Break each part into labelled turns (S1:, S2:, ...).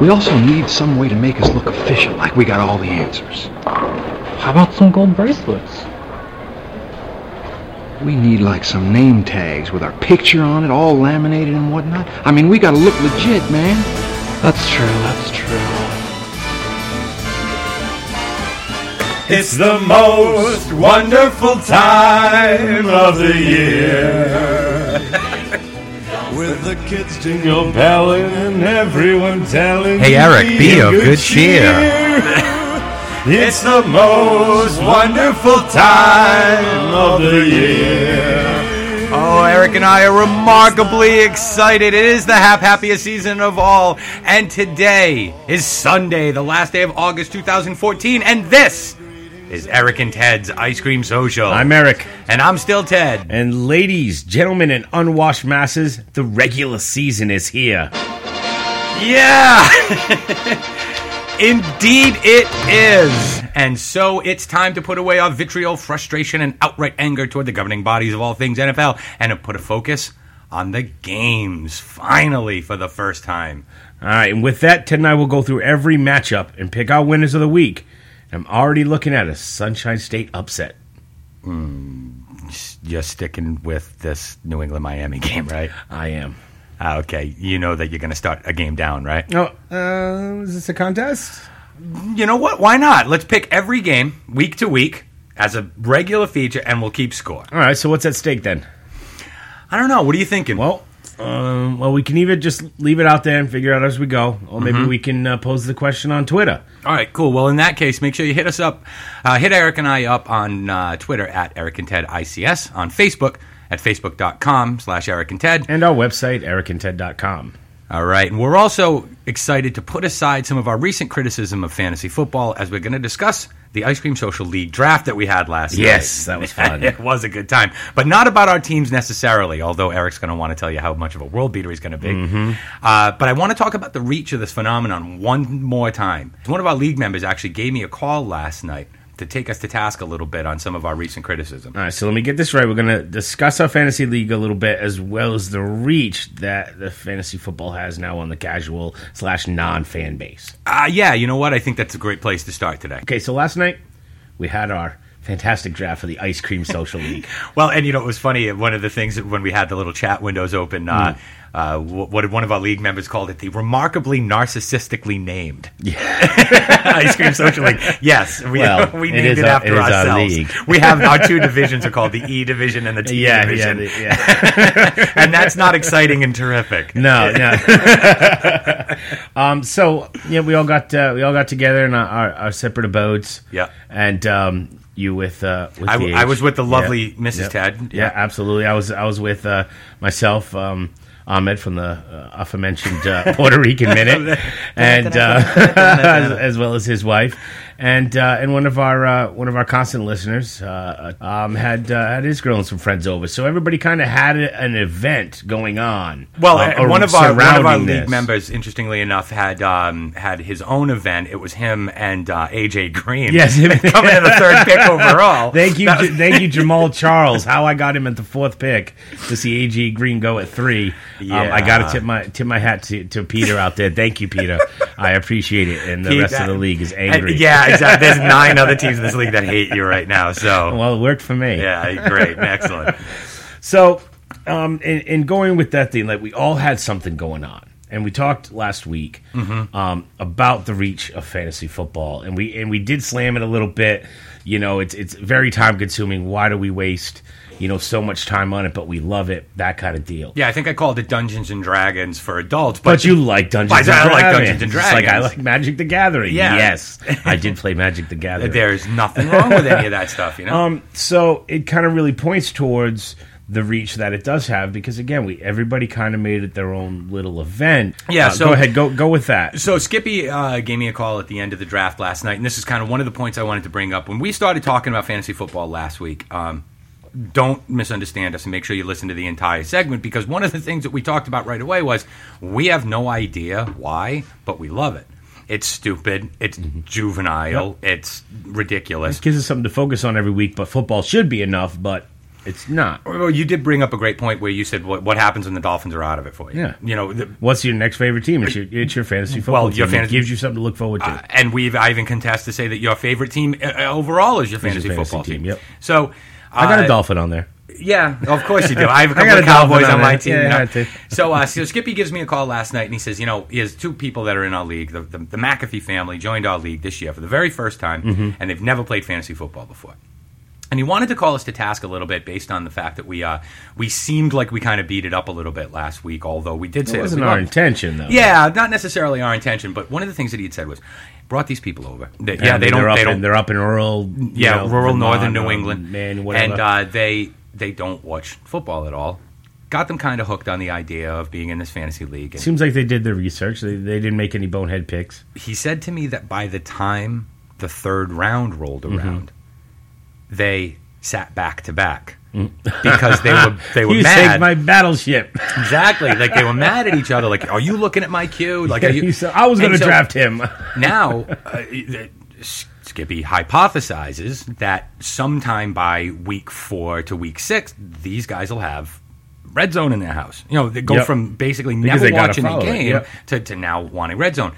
S1: We also need some way to make us look efficient, like we got all the answers.
S2: How about some gold bracelets?
S1: We need like some name tags with our picture on it, all laminated and whatnot. I mean, we gotta look legit, man.
S2: That's true, that's true.
S3: It's the most wonderful time of the year. With the kids jingle belling and everyone telling
S4: Hey,
S3: you
S4: Eric, be of good
S3: it's the most wonderful time of the year.
S5: Oh, Eric and I are remarkably excited. It is the hap happiest season of all. And today is Sunday, the last day of August 2014. And this is Eric and Ted's Ice Cream Social.
S4: I'm Eric.
S5: and I'm still Ted.
S4: And ladies, gentlemen, and unwashed masses, the regular season is here.
S5: Yeah! Indeed, it is. And so it's time to put away our vitriol, frustration, and outright anger toward the governing bodies of all things NFL and to put a focus on the games, finally, for the first time.
S4: All right, and with that, Ted and I will go through every matchup and pick our winners of the week. I'm already looking at a Sunshine State upset.
S5: you're sticking with this New England Miami game, right?
S4: I am.
S5: Ah, okay, you know that you're going to start a game down, right?
S4: Oh, uh, is this a contest?
S5: You know what? Why not? Let's pick every game week to week as a regular feature, and we'll keep score.
S4: All right, so what's at stake then?
S5: I don't know. What are you thinking?
S4: Well, um, well, we can either just leave it out there and figure out as we go, or maybe we can uh, pose the question on Twitter.
S5: all right, cool. Well, in that case, make sure you hit us up, uh, hit Eric and I up on uh, Twitter at Eric and Ted ICS on Facebook at facebook.com slash Eric and Ted.
S4: And our website, ericandted.com.
S5: All right. And we're also excited to put aside some of our recent criticism of fantasy football as we're going to discuss the Ice Cream Social League draft that we had last night.
S4: Yes, that was fun.
S5: it was a good time. But not about our teams necessarily, although Eric's going to want to tell you how much of a world beater he's going to be.
S4: Mm-hmm.
S5: Uh, but I want to talk about the reach of this phenomenon one more time. One of our league members actually gave me a call last night to take us to task a little bit on some of our recent criticism.
S4: All right, so let me get this right. We're going to discuss our fantasy league a little bit, as well as the reach that the fantasy football has now on the casual slash non fan base.
S5: Uh, yeah, you know what? I think that's a great place to start today.
S4: Okay, so last night we had our fantastic draft for the Ice Cream Social League.
S5: Well, and you know, it was funny. One of the things that when we had the little chat windows open,
S4: Mm.
S5: uh, uh, wh- what did one of our league members called it? The remarkably narcissistically named ice cream social league. Yes, we,
S4: Well,
S5: we
S4: it
S5: named it,
S4: is our-
S5: after
S4: it is our
S5: ourselves.
S4: league.
S5: We have our two divisions are called the E division and the T
S4: Yeah, yeah,
S5: division,
S4: the- yeah.
S5: and that's not exciting and terrific.
S4: No, no. um, so yeah, we all got uh, we all got together in our, our, our separate abodes.
S5: Yeah.
S4: and um, you with uh, with
S5: I w-
S4: DH.
S5: I was with the lovely Mrs.
S4: Yep.
S5: Tad.
S4: Yeah. absolutely. I was I was with uh, myself. Um, Ahmed from the uh, aforementioned uh, Puerto Rican Minute, and uh, as, as well as his wife, and uh, and one of our uh, one of our constant listeners uh, um, had uh, had his girl and some friends over, so everybody kind of had a, an event going on.
S5: Well,
S4: um,
S5: uh, one of our one of our
S4: surrounding
S5: league
S4: this.
S5: members, interestingly enough, had um, had his own event. It was him and uh, AJ Green.
S4: Yes.
S5: coming in the third pick overall.
S4: Thank you, J- thank you, Jamal Charles. How I got him at the fourth pick to see AG Green go at three. Um, I got
S5: Yeah.
S4: to tip my tip my hat to, to Peter out there. Thank you, Peter. I appreciate it. And the
S5: Pete,
S4: rest of the
S5: that-
S4: league is
S5: And-
S4: angry.
S5: yeah, exactly. There's nine other teams in this league that hate you right now. So
S4: Well, it worked for me.
S5: yeah, great, excellent.
S4: So, um, and, and going with that thing, like we all had something going on, and we talked last week
S5: Mm-hmm.
S4: um, about the reach of fantasy football, and we and we did slam it a little bit. You know, it's it's very time consuming. Why do we waste you know so much time on it? But we love it. That kind of deal.
S5: Yeah, I think I called it Dungeons and Dragons for adults, but,
S4: But you like Dungeons
S5: But
S4: and
S5: I
S4: Dragons.
S5: like Dungeons and
S4: Just like I
S5: Dragons.
S4: like Magic the Gathering.
S5: Yeah.
S4: Yes, I did play Magic the Gathering.
S5: there's nothing wrong with any of that stuff, you know.
S4: Um, so it kind of really points towards the reach that it does have because again, we everybody kind of made it their own little event.
S5: Yeah,
S4: Uh,
S5: so-
S4: go ahead, go go with that.
S5: So Skippy uh, gave me a call at the end of the draft last night, and this is kind of one of the points I wanted to bring up when we started talking about fantasy football last week. Um, don't misunderstand us, and make sure you listen to the entire segment because one of the things that we talked about right away was we have no idea why, but we love it. It's stupid. It's juvenile. It's ridiculous.
S4: Gives us something to focus on every week, but football should be enough. But It's not.
S5: Well, you did bring up a great point where you said what, what happens when the Dolphins are out of it for you.
S4: Yeah.
S5: You know, the,
S4: What's your next favorite team? It's your, it's your fantasy football
S5: Well, your
S4: team. It
S5: fantasy-
S4: gives you something to look forward to.
S5: Uh, and we've I even contest to say that your favorite team uh, uh, overall is your fantasy,
S4: fantasy
S5: football team.
S4: team, yep.
S5: So uh,
S4: I got a dolphin on there.
S5: Yeah, of course you do. I have a couple
S4: I got
S5: of
S4: a dolphin
S5: Cowboys
S4: on
S5: on my
S4: it.
S5: team.
S4: Yeah,
S5: you know.
S4: I had to.
S5: so, uh, so Skippy gives me a call last night and he says, you know, he has two people that are in our league. The, the, the McAfee family joined our league this year for the very first time,
S4: Mm-hmm.
S5: and they've never played fantasy football before. And he wanted to call us to task a little bit based on the fact that we uh, we seemed like we kind of beat it up a little bit last week, although we did say
S4: It
S5: that
S4: wasn't
S5: we
S4: our
S5: loved-
S4: intention, though.
S5: yeah, not necessarily our intention, but one of the things that he had said was, brought these people over. They- yeah,
S4: And
S5: they don't.
S4: They're up,
S5: They
S4: In,
S5: don't.
S4: they're up in rural. you
S5: Yeah,
S4: know,
S5: rural
S4: Vermont,
S5: northern New
S4: um,
S5: England,
S4: Maine, whatever.
S5: and uh, they they don't watch football at all. Got them kind of hooked on the idea of being in this fantasy league. And
S4: Seems like they did their research. They, they didn't make any bonehead picks.
S5: he said to me that by the time the third round rolled
S4: Mm-hmm.
S5: around, they sat back to back because they were they were
S4: Mm. you
S5: mad.
S4: saved my battleship.
S5: exactly, like they were mad at each other. Like, are you looking at my cue? Like, are you?
S4: You said, I was going to
S5: And so-
S4: draft him.
S5: now, uh, S- Skippy hypothesizes that sometime by week four to week six, these guys will have red zone in their house. You know, they go
S4: Yep.
S5: from basically
S4: Because
S5: never
S4: they gotta
S5: watching the
S4: follow it,
S5: game
S4: yep.
S5: to, to now wanting red zone.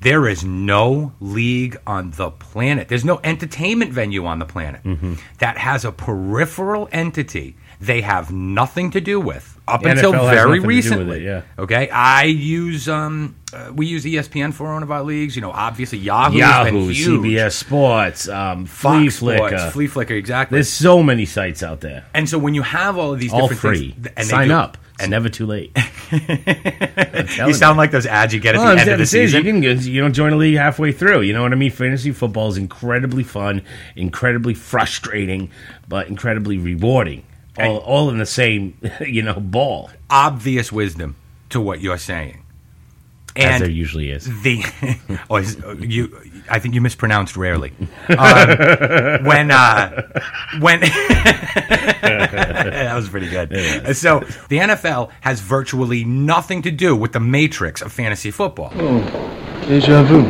S5: There is no league on the planet. There's no entertainment venue on the planet
S4: Mm-hmm.
S5: that has a peripheral entity they have nothing to do with up
S4: The
S5: until
S4: NFL has
S5: very
S4: nothing to do with
S5: recently.
S4: it, yeah.
S5: Okay, I use um, uh, we use ESPN for one of our leagues. You know, obviously Yahoo,
S4: Yahoo,
S5: has been huge.
S4: CBS Sports, um,
S5: Fox
S4: Flea
S5: Sports,
S4: Flicker.
S5: Flea Flicker, exactly.
S4: There's so many sites out there,
S5: and so when you have all of these
S4: all
S5: different
S4: free.
S5: things, th- and they
S4: Sign
S5: do-
S4: up. It's
S5: and
S4: never too late.
S5: you sound like those ads you get at
S4: Well,
S5: the
S4: I'm
S5: end of
S4: saying
S5: the
S4: this is, you
S5: season.
S4: can get- you don't join a league halfway through. You know what I mean? Fantasy football is incredibly fun, incredibly frustrating, but incredibly rewarding. All, all in the same, you know, ball
S5: Obvious wisdom to what you're saying,
S4: as
S5: and
S4: there usually is.
S5: the or is, you I think you mispronounced rarely um, when uh, when that was pretty good. So the NFL has virtually nothing to do with the matrix of fantasy football.
S6: Deja vu.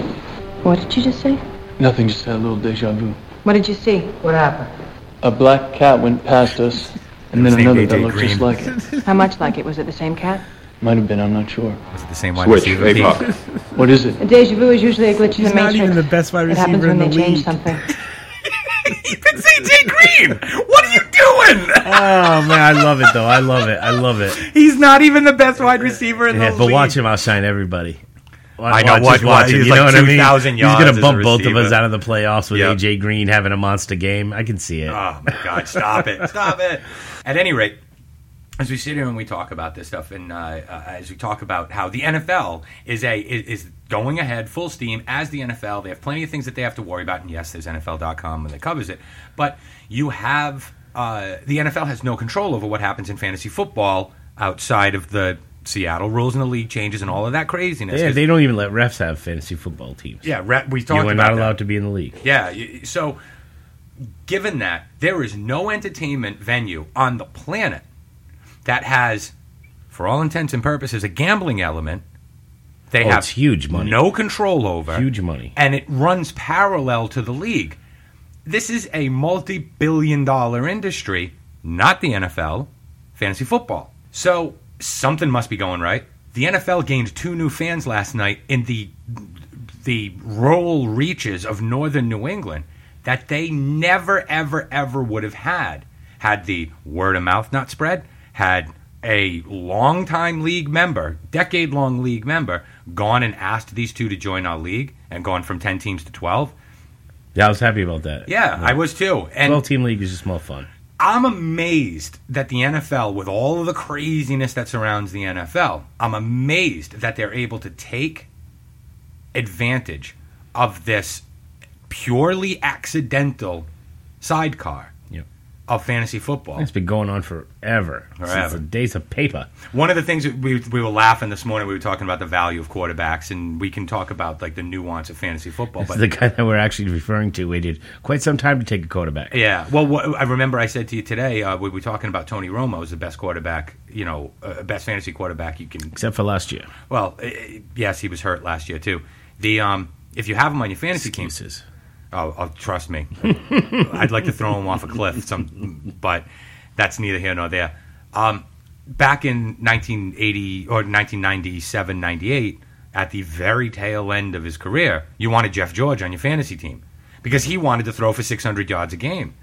S7: What did you just say?
S6: Nothing, just had a little deja vu.
S7: What did you see? What happened?
S6: A black cat went past us, and then
S5: His name
S6: another that
S5: AJ
S6: looked just
S5: Green.
S6: like it.
S7: How much like it? Was it the same cat?
S6: Might have been, I'm not sure.
S5: Was it the same wide
S3: Switch,
S5: receiver
S3: they
S5: team?
S3: buck.
S6: What is it?
S7: A deja vu is usually a glitch in the matrix.
S8: even the best wide
S7: It happens
S8: receiver
S7: when
S8: in
S7: they
S8: the
S7: change
S8: league.
S7: something.
S5: It's AJ Green. What are you doing?
S6: Uh,
S4: Oh man, I love it though. I love it. I love it.
S5: He's not even the best wide receiver in
S4: Yeah,
S5: the
S4: but
S5: league.
S4: watch him outshine everybody. Watch,
S5: I know,
S4: watch,
S5: watch-
S4: just watch
S5: watch,
S4: him,
S5: he's
S4: you
S5: like
S4: know what I mean?
S5: 2,000
S4: He's
S5: yards
S4: gonna
S5: as a
S4: bump both of
S5: receiver.
S4: us out of the playoffs with
S5: Yep.
S4: AJ Green having a monster game. I can see it.
S5: Oh my God! Stop it! Stop it! At any rate, as we sit here and we talk about this stuff, and uh, uh, as we talk about how the NFL is a is, is going ahead full steam as the NFL, they have plenty of things that they have to worry about. And yes, there's NFL.com and that covers it, but you have uh, the NFL has no control over what happens in fantasy football outside of the Seattle rules and the league changes and all of that craziness.
S4: yeah,
S5: 'Cause-
S4: they don't even let refs have fantasy football teams.
S5: yeah, rep, we
S4: you
S5: talked
S4: are
S5: about
S4: not
S5: that.
S4: allowed to be in the league.
S5: Yeah. y- So, given that there is no entertainment venue on the planet that has, for all intents and purposes, a gambling element, they
S4: Oh,
S5: have
S4: it's huge money.
S5: no control over,
S4: Huge money.
S5: and it runs parallel to the league. This is a multi-billion-dollar industry, not the NFL, fantasy football. So something must be going right. The NFL gained two new fans last night in the the rural reaches of northern New England that they never, ever, ever would have had had the word of mouth not spread, had a longtime league member, decade long league member, gone and asked these two to join our league and gone from 10 teams to 12.
S4: Yeah, I was happy about that.
S5: Yeah, I was too. And
S4: Twelve team league is just more fun.
S5: I'm amazed that the NFL, with all of the craziness that surrounds the NFL, I'm amazed that they're able to take advantage of this purely accidental sidecar
S4: Yep.
S5: of fantasy football.
S4: It's been going on forever. Since
S5: Oh. Forever.
S4: the days of paper.
S5: One of the things that we, we were laughing this morning, we were talking about the value of quarterbacks, and we can talk about like the nuance of fantasy football. But
S4: the guy that we're actually referring to waited quite some time to take a quarterback.
S5: Yeah. Well, what, I remember I said to you today uh, we were talking about Tony Romo is the best quarterback, you know, uh, best fantasy quarterback you can.
S4: Except for last year.
S5: Well, uh, yes, he was hurt last year too. The um, if you have him on your fantasy team,
S4: Excuses.
S5: oh, oh, trust me, I'd like to throw him off a cliff. Some, but that's neither here nor there. Um, back in 1980 or 1997, 98, at the very tail end of his career, you wanted Jeff George on your fantasy team because he wanted to throw for 600 yards a game.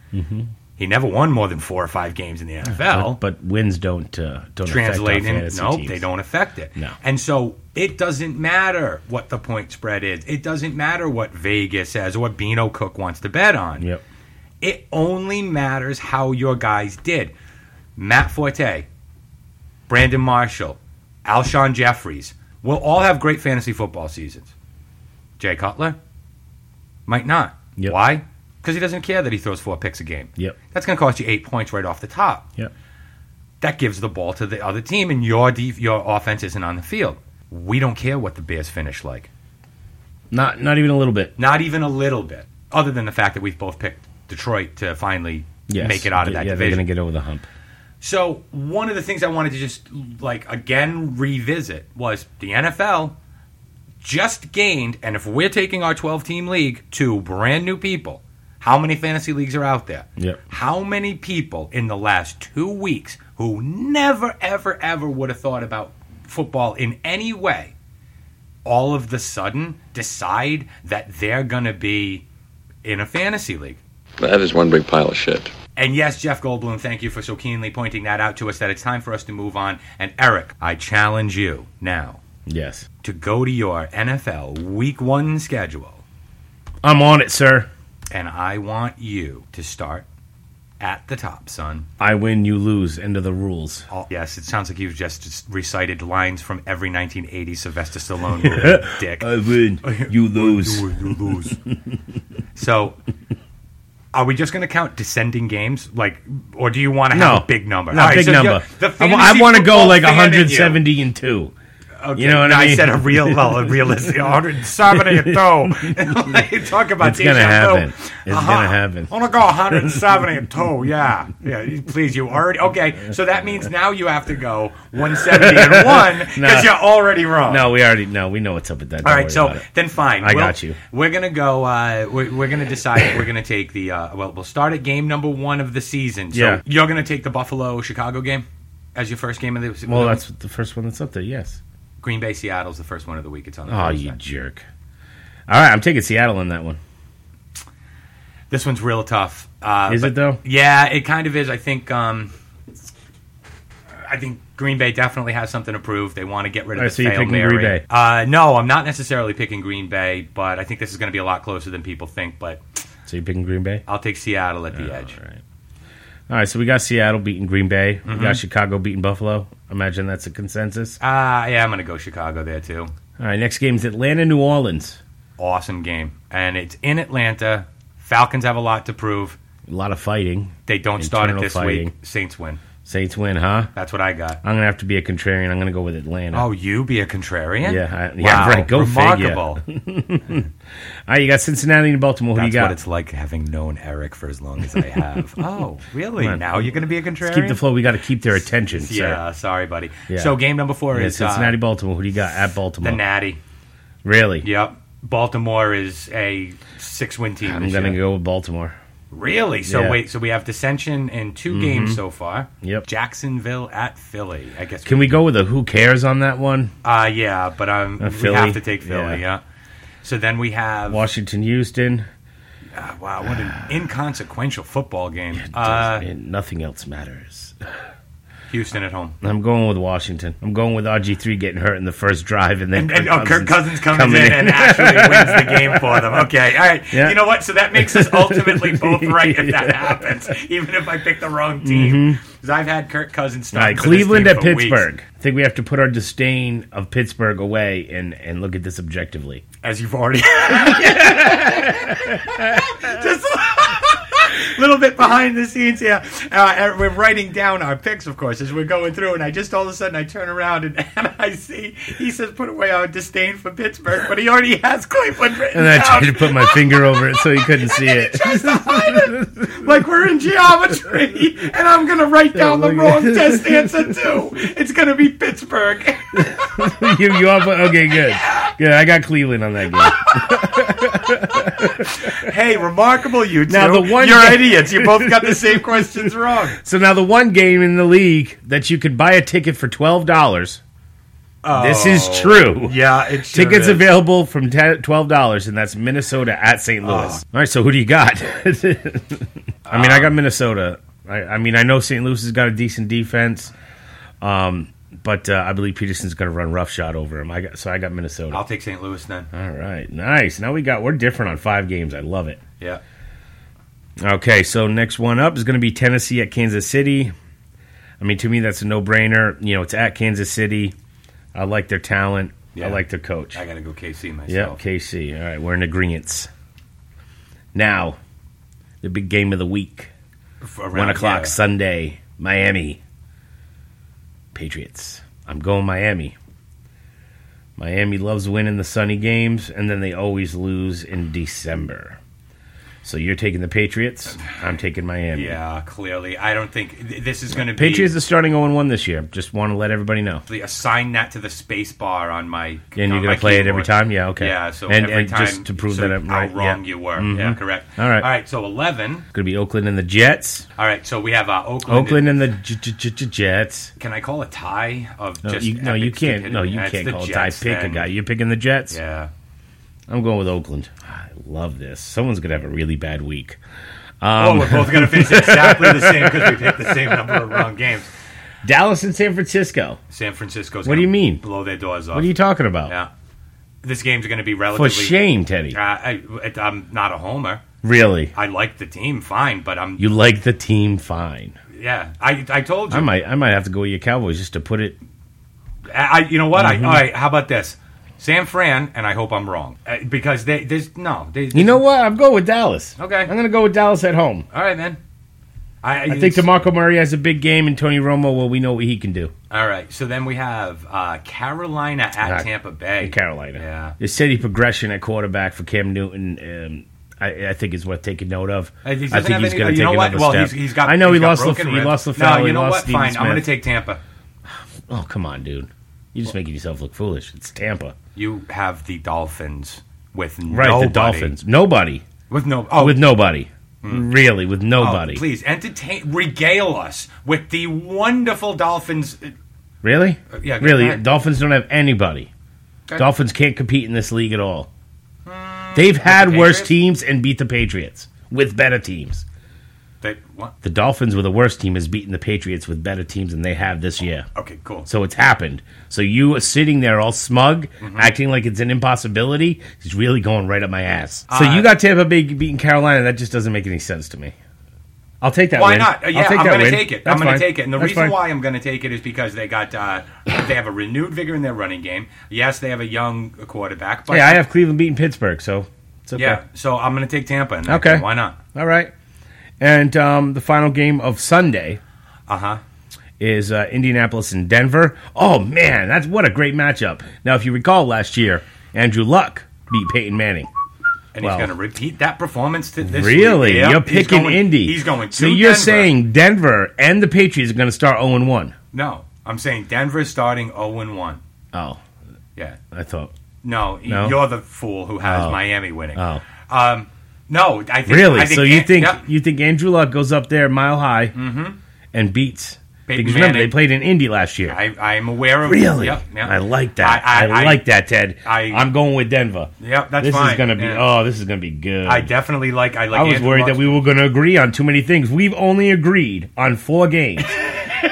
S5: He never won more than four or five games in the NFL
S4: but, but wins don't uh, don't
S5: translate
S4: affect our
S5: in.
S4: fantasy
S5: Nope,
S4: teams.
S5: they don't affect it.
S4: No.
S5: And so it doesn't matter what the point spread is. It doesn't matter what Vegas says or what Beano Cook wants to bet on.
S4: Yep.
S5: It only matters how your guys did. Matt Forte, Brandon Marshall, Alshon Jeffries will all have great fantasy football seasons. Jay Cutler might not.
S4: Yep.
S5: Why? Because he doesn't care that he throws four picks a game.
S4: Yep.
S5: That's going to cost you eight points right off the top
S4: Yep.
S5: that gives the ball to the other team, and your def- your offense isn't on the field. We don't care what the Bears finish like,
S4: Not not even a little bit.
S5: not even a little bit. Other than the fact that we've both picked Detroit to finally
S4: Yes.
S5: make it out of
S4: Yeah,
S5: that
S4: yeah, They're
S5: division.
S4: going to get over the hump.
S5: So one of the things I wanted to just like again revisit was the NFL just gained, and if we're taking our 12 team league to brand new people, how many fantasy leagues are out there?
S4: Yep.
S5: How many people in the last two weeks who never, ever, ever would have thought about football in any way all of the sudden decide that they're going to be in a fantasy league?
S8: That is one big pile of shit.
S5: And yes, Jeff Goldblum, thank you for so keenly pointing that out to us that it's time for us to move on. And Eric, I challenge you now
S4: Yes.
S5: to go to your NFL week one schedule.
S4: I'm on it, sir.
S5: And I want you to start at the top, son.
S4: I win, you lose. End of the rules.
S5: Oh, yes, it sounds like you've just, just recited lines from every 1980 Sylvester Stallone movie, dick.
S4: win, you lose.
S5: You lose. so, are we just going to count descending games, like, or do you want to have
S4: No
S5: a big number?
S4: No,
S5: All right,
S4: big
S5: so you're-
S4: number.
S5: the
S4: I,
S5: fantasy
S4: want to go
S5: football
S4: like
S5: fan in you.
S4: 170 and two.
S5: Okay,
S4: You know what
S5: no,
S4: I mean?
S5: said a real, well, a realistic 170 and two. Talk about
S4: It's gonna
S5: deja vu. Uh-huh.
S4: happen. It's gonna happen.
S5: I want to go 170 and two. Yeah, yeah. you- Please, you already okay. So that means now you have to go 170 and one because
S4: Nah.
S5: you're already wrong.
S4: No, we already know. We know what's up with that.
S5: All
S4: Don't
S5: right,
S4: worry
S5: so
S4: about it.
S5: then fine.
S4: I got you.
S5: We're gonna go. Uh, we're, we're gonna decide. we're gonna take the. Uh, well, we'll start at game number one of the season. So
S4: Yeah.
S5: you're gonna take the Buffalo Chicago game as your first game of the.
S4: well, that's the first one that's up there. Yes.
S5: Green Bay Seattle's the first one of the week. It's on. The
S4: Oh,
S5: Thursday.
S4: you jerk! All right, I'm taking Seattle in that one.
S5: This one's real tough. Uh,
S4: Is
S5: but-
S4: it though?
S5: Yeah, it kind of is. I think. Um, I think Green Bay definitely has something to prove. They want to get rid of
S4: All right,
S5: the
S4: so you're
S5: Hail
S4: picking
S5: Mary.
S4: Green Bay.
S5: Uh, no, I'm not necessarily picking Green Bay, but I think this is going to be a lot closer than people think. But
S4: So you're picking Green Bay.
S5: I'll take Seattle at the edge.
S4: All right. All right. So we got Seattle beating Green Bay. We
S5: Mm-hmm.
S4: got Chicago beating Buffalo. Imagine that's a consensus.
S5: Ah, yeah, I'm going to go Chicago there too.
S4: All right. Next game's Atlanta, New Orleans.
S5: Awesome game, and it's in Atlanta. Falcons have a lot to prove.
S4: A lot of fighting.
S5: They don't start it
S4: Internal
S5: this week.
S4: fighting.
S5: Saints win.
S4: Saints win, huh?
S5: That's what I got.
S4: I'm gonna have to be a contrarian. I'm gonna go with Atlanta.
S5: Oh, you be a contrarian?
S4: Yeah, I- yeah,
S5: wow,
S4: right, go figure.
S5: remarkable.
S4: All right, you got Cincinnati and Baltimore. Who
S5: That's
S4: you got?
S5: what it's like having known Eric for as long as I have. oh, really?
S4: Come on.
S5: Now you're going to be a contrarian?
S4: Let's keep the flow. We got to keep their attention. Sir.
S5: Yeah, sorry, buddy.
S4: Yeah.
S5: So game number four
S4: Yeah,
S5: is uh,
S4: Cincinnati, Baltimore. Who do you got at
S5: the
S4: Baltimore?
S5: Natty.
S4: really?
S5: Yep. Baltimore is a six-win team.
S4: I'm
S5: this
S4: gonna
S5: year.
S4: go with Baltimore.
S5: Really? So
S4: Yeah. Mm-hmm.
S5: wait, so we have dissension in 2 games so far.
S4: Yep.
S5: Jacksonville at Philly. I guess.
S4: Can we go with a who cares on that one?
S5: Uh, yeah, but um, we
S4: Uh, Philly?
S5: have to take Philly. Yeah.
S4: Yeah.
S5: So then we have
S4: Washington, Houston.
S5: wow, what an inconsequential football game. Uh,
S4: Doesn't- nothing else matters.
S5: Houston at home.
S4: I'm going with Washington. I'm going with RG3 getting hurt in the first drive, and then
S5: And, oh, Kirk Cousins comes
S4: coming
S5: in, and actually wins the game for them. Okay, all right.
S4: Yeah.
S5: You know what? So that makes us ultimately both right if that happens, even if I pick the wrong team. Because I've had Kirk Cousins
S4: Mm-hmm. All
S5: start
S4: right, Cleveland at Pittsburgh. I think we have to put our disdain of Pittsburgh away and, and look at this objectively.
S5: as you've already. Just a little bit behind the scenes here. Uh, and we're writing down our picks, of course, as we're going through. And I just all of a sudden I turn around and, and I see he says, "Put away our disdain for Pittsburgh," but he already has Cleveland written
S4: And I
S5: down.
S4: tried to put my finger over it so you couldn't see it.
S5: Tries to hide it. Like we're in geometry, and I'm gonna write down the
S4: look
S5: wrong
S4: at-
S5: test answer too. It's gonna be Pittsburgh.
S4: you, you are, okay, good. Good, I got Cleveland on that game.
S5: hey, remarkable you two.
S4: Now, the one
S5: You're
S3: are idiots. You both got the same questions wrong.
S4: So now the one game in the league that you could buy a ticket for twelve dollars. This is true.
S3: Yeah, it sure
S4: Tickets
S3: is.
S4: available from ten- twelve dollars, and that's Minnesota at
S5: Oh.
S4: St. Louis. All right, so who do you got? I mean, I
S5: Um,
S4: got Minnesota. I, I mean, I know St. Louis has got a decent defense, um, but uh, I believe Peterson's going to run roughshod over him. I got so I got Minnesota.
S5: I'll take St. Louis then.
S4: All right, nice. Now we got we're different on five games. I love it.
S5: Yeah.
S4: Okay, so next one up is going to be Tennessee at Kansas City. I mean, to me, that's a no-brainer. You know, it's at Kansas City. I like their talent.
S5: Yeah.
S4: I like their coach.
S5: I got to go KC
S4: Yeah,
S5: myself.
S4: KC. All right, we're in agreement. Now, the big game of the week,
S5: For around-
S4: one o'clock
S5: yeah.
S4: Sunday, Miami Patriots. I'm going Miami. Miami loves winning the sunny games, and then they always lose in December. So you're taking the Patriots. I'm taking Miami.
S5: Yeah, clearly. I don't think th- this is going to be.
S4: Patriots are starting 0 1 this year. Just want to let everybody know.
S5: assign that to the space bar on my.
S4: And you're
S5: on
S4: going
S5: my
S4: to play it every
S5: keyboard.
S4: time? Yeah, okay.
S5: Yeah, so
S4: and,
S5: every
S4: and
S5: time,
S4: just to prove
S5: so
S4: that I'm right.
S5: how wrong
S4: yeah. Mm-hmm.
S5: you were. Yeah, correct.
S4: All right.
S5: all right. So eleven.
S4: It's going to be Oakland and the Jets.
S5: All right, so we have uh, Oakland.
S4: Oakland and the J- J- J- J- Jets.
S5: Can I call a tie of
S4: No,
S5: just?
S4: you, no,
S5: epic
S4: you can't. No,
S5: stupidity?
S4: you
S5: That's
S4: can't
S5: the
S4: call a tie.
S5: Jets,
S4: Pick a
S5: then.
S4: guy. You're picking the Jets.
S5: Yeah.
S4: I'm going with Oakland. Ah, I love this. Someone's going to have a really bad week. Um,
S5: oh, we're both going to finish exactly the same because we picked the same number of wrong games.
S4: Dallas and San Francisco.
S5: San Francisco's.
S4: What do
S5: gonna
S4: you mean?
S5: Blow their doors off.
S4: What are you talking about?
S5: Yeah. This game's going to be
S4: For
S5: relatively.
S4: shame, Teddy.
S5: Uh, I, it- I'm not a homer.
S4: Really?
S5: I like the team fine, but I'm.
S4: You like the team fine.
S5: yeah, I I told you.
S4: I might I might have to go with your Cowboys just to put it
S5: I, I- you know what?
S4: Mm-hmm.
S5: I, all right, how about this? San Fran, and I hope I'm wrong uh, because they there's no. They,
S4: You know what? I'm going with Dallas.
S5: Okay.
S4: I'm going to go with Dallas at home.
S5: All right, man. I,
S4: I think
S5: it's-
S4: DeMarco Murray has a big game, and Tony Romo, well, we know what he can do
S5: All right, so then we have uh, Carolina at
S4: Right.
S5: Tampa Bay.
S4: in Carolina.
S5: Yeah.
S4: The steady progression at quarterback for Cam Newton, um, I, I think is worth taking note of.
S5: Uh,
S4: I
S5: he
S4: think
S5: doesn't have
S4: he's
S5: any-
S4: going to
S5: you
S4: take
S5: know what?
S4: another
S5: Well,
S4: step.
S5: he's, he's got.
S4: I know
S5: he's
S4: he
S5: got
S4: lost.
S5: broken
S4: the, he
S5: ribs.
S4: lost the
S5: No,
S4: foul.
S5: you
S4: he
S5: know
S4: lost
S5: what?
S4: Stephen
S5: Fine, I'm going to
S4: Smith.
S5: take Tampa.
S4: Oh come on, dude! You're just making yourself look foolish. It's Tampa,
S5: You have the Dolphins with
S4: right?
S5: nobody.
S4: The Dolphins. Nobody
S5: with no. Oh,
S4: with nobody. Really, with
S5: oh,
S4: nobody.
S5: please entertain, regale us with the wonderful Dolphins. uh,
S4: Really?
S5: yeah, go
S4: really.
S5: ahead.
S4: Dolphins don't have anybody.
S5: Okay. Hmm.
S4: Dolphins can't compete in this league at all. They've had
S5: the
S4: worse
S5: Patriots?
S4: teams and beat the Patriots with better teams.
S5: That what?
S4: The Dolphins were the worst team has beaten the Patriots with better teams than they have this year.
S5: Okay, cool.
S4: So it's happened. So you are sitting there all smug,
S5: Mm-hmm.
S4: acting like it's an impossibility, is really going right up my ass. So
S5: Uh,
S4: you got Tampa Bay beating Carolina. That just doesn't make any sense to me. I'll take that.
S5: Why
S4: win.
S5: not? Uh, yeah,
S4: I'll take
S5: I'm
S4: that
S5: going to
S4: win.
S5: take it.
S4: That's
S5: I'm going
S4: fine.
S5: to take it. And the
S4: That's
S5: reason
S4: fine.
S5: why I'm going to take it is because they got uh, they have a renewed vigor in their running game. Yes, they have a young quarterback, but
S4: Hey, I have Cleveland beating Pittsburgh, so it's okay.
S5: yeah. So I'm going to take Tampa. In that
S4: Okay.
S5: game. why not?
S4: All right. And um, the final game of Sunday
S5: Uh huh.
S4: is uh, Indianapolis and Denver. Oh man, that's what a great matchup. Now, if you recall last year, Andrew Luck beat Peyton Manning.
S5: And
S4: Well.
S5: he's going to repeat that performance to this.
S4: Really?
S5: week. Yep,
S4: You're
S5: he's
S4: picking
S5: going-
S4: Indy.
S5: He's going. To
S4: So you're
S5: Denver.
S4: saying Denver and the Patriots are going to start 0 1.
S5: no? I'm saying Denver's starting 0 and 1.
S4: Oh,
S5: Yeah.
S4: I thought.
S5: No, y-
S4: No?
S5: you're the fool who has
S4: Oh.
S5: Miami winning.
S4: Oh.
S5: Um, no, I think
S4: Really?
S5: I think
S4: so you
S5: An-
S4: think
S5: yep. Mm-hmm.
S4: you think Andrew Luck goes up there mile high and beats.
S5: Peyton
S4: because remember, they
S5: Manning.
S4: played in Indy last year.
S5: I, I'm aware of
S4: really?
S5: Yep, yep.
S4: I like that. I, like that, Ted.
S5: I-
S4: am going with Denver.
S5: Yep, that's
S4: this
S5: fine.
S4: is going to be,
S5: Yeah.
S4: oh, this is going to be good.
S5: I definitely like. I like.
S4: I was
S5: Andrew
S4: worried
S5: Luck.
S4: that we were going to agree on too many things. We've only agreed on four games.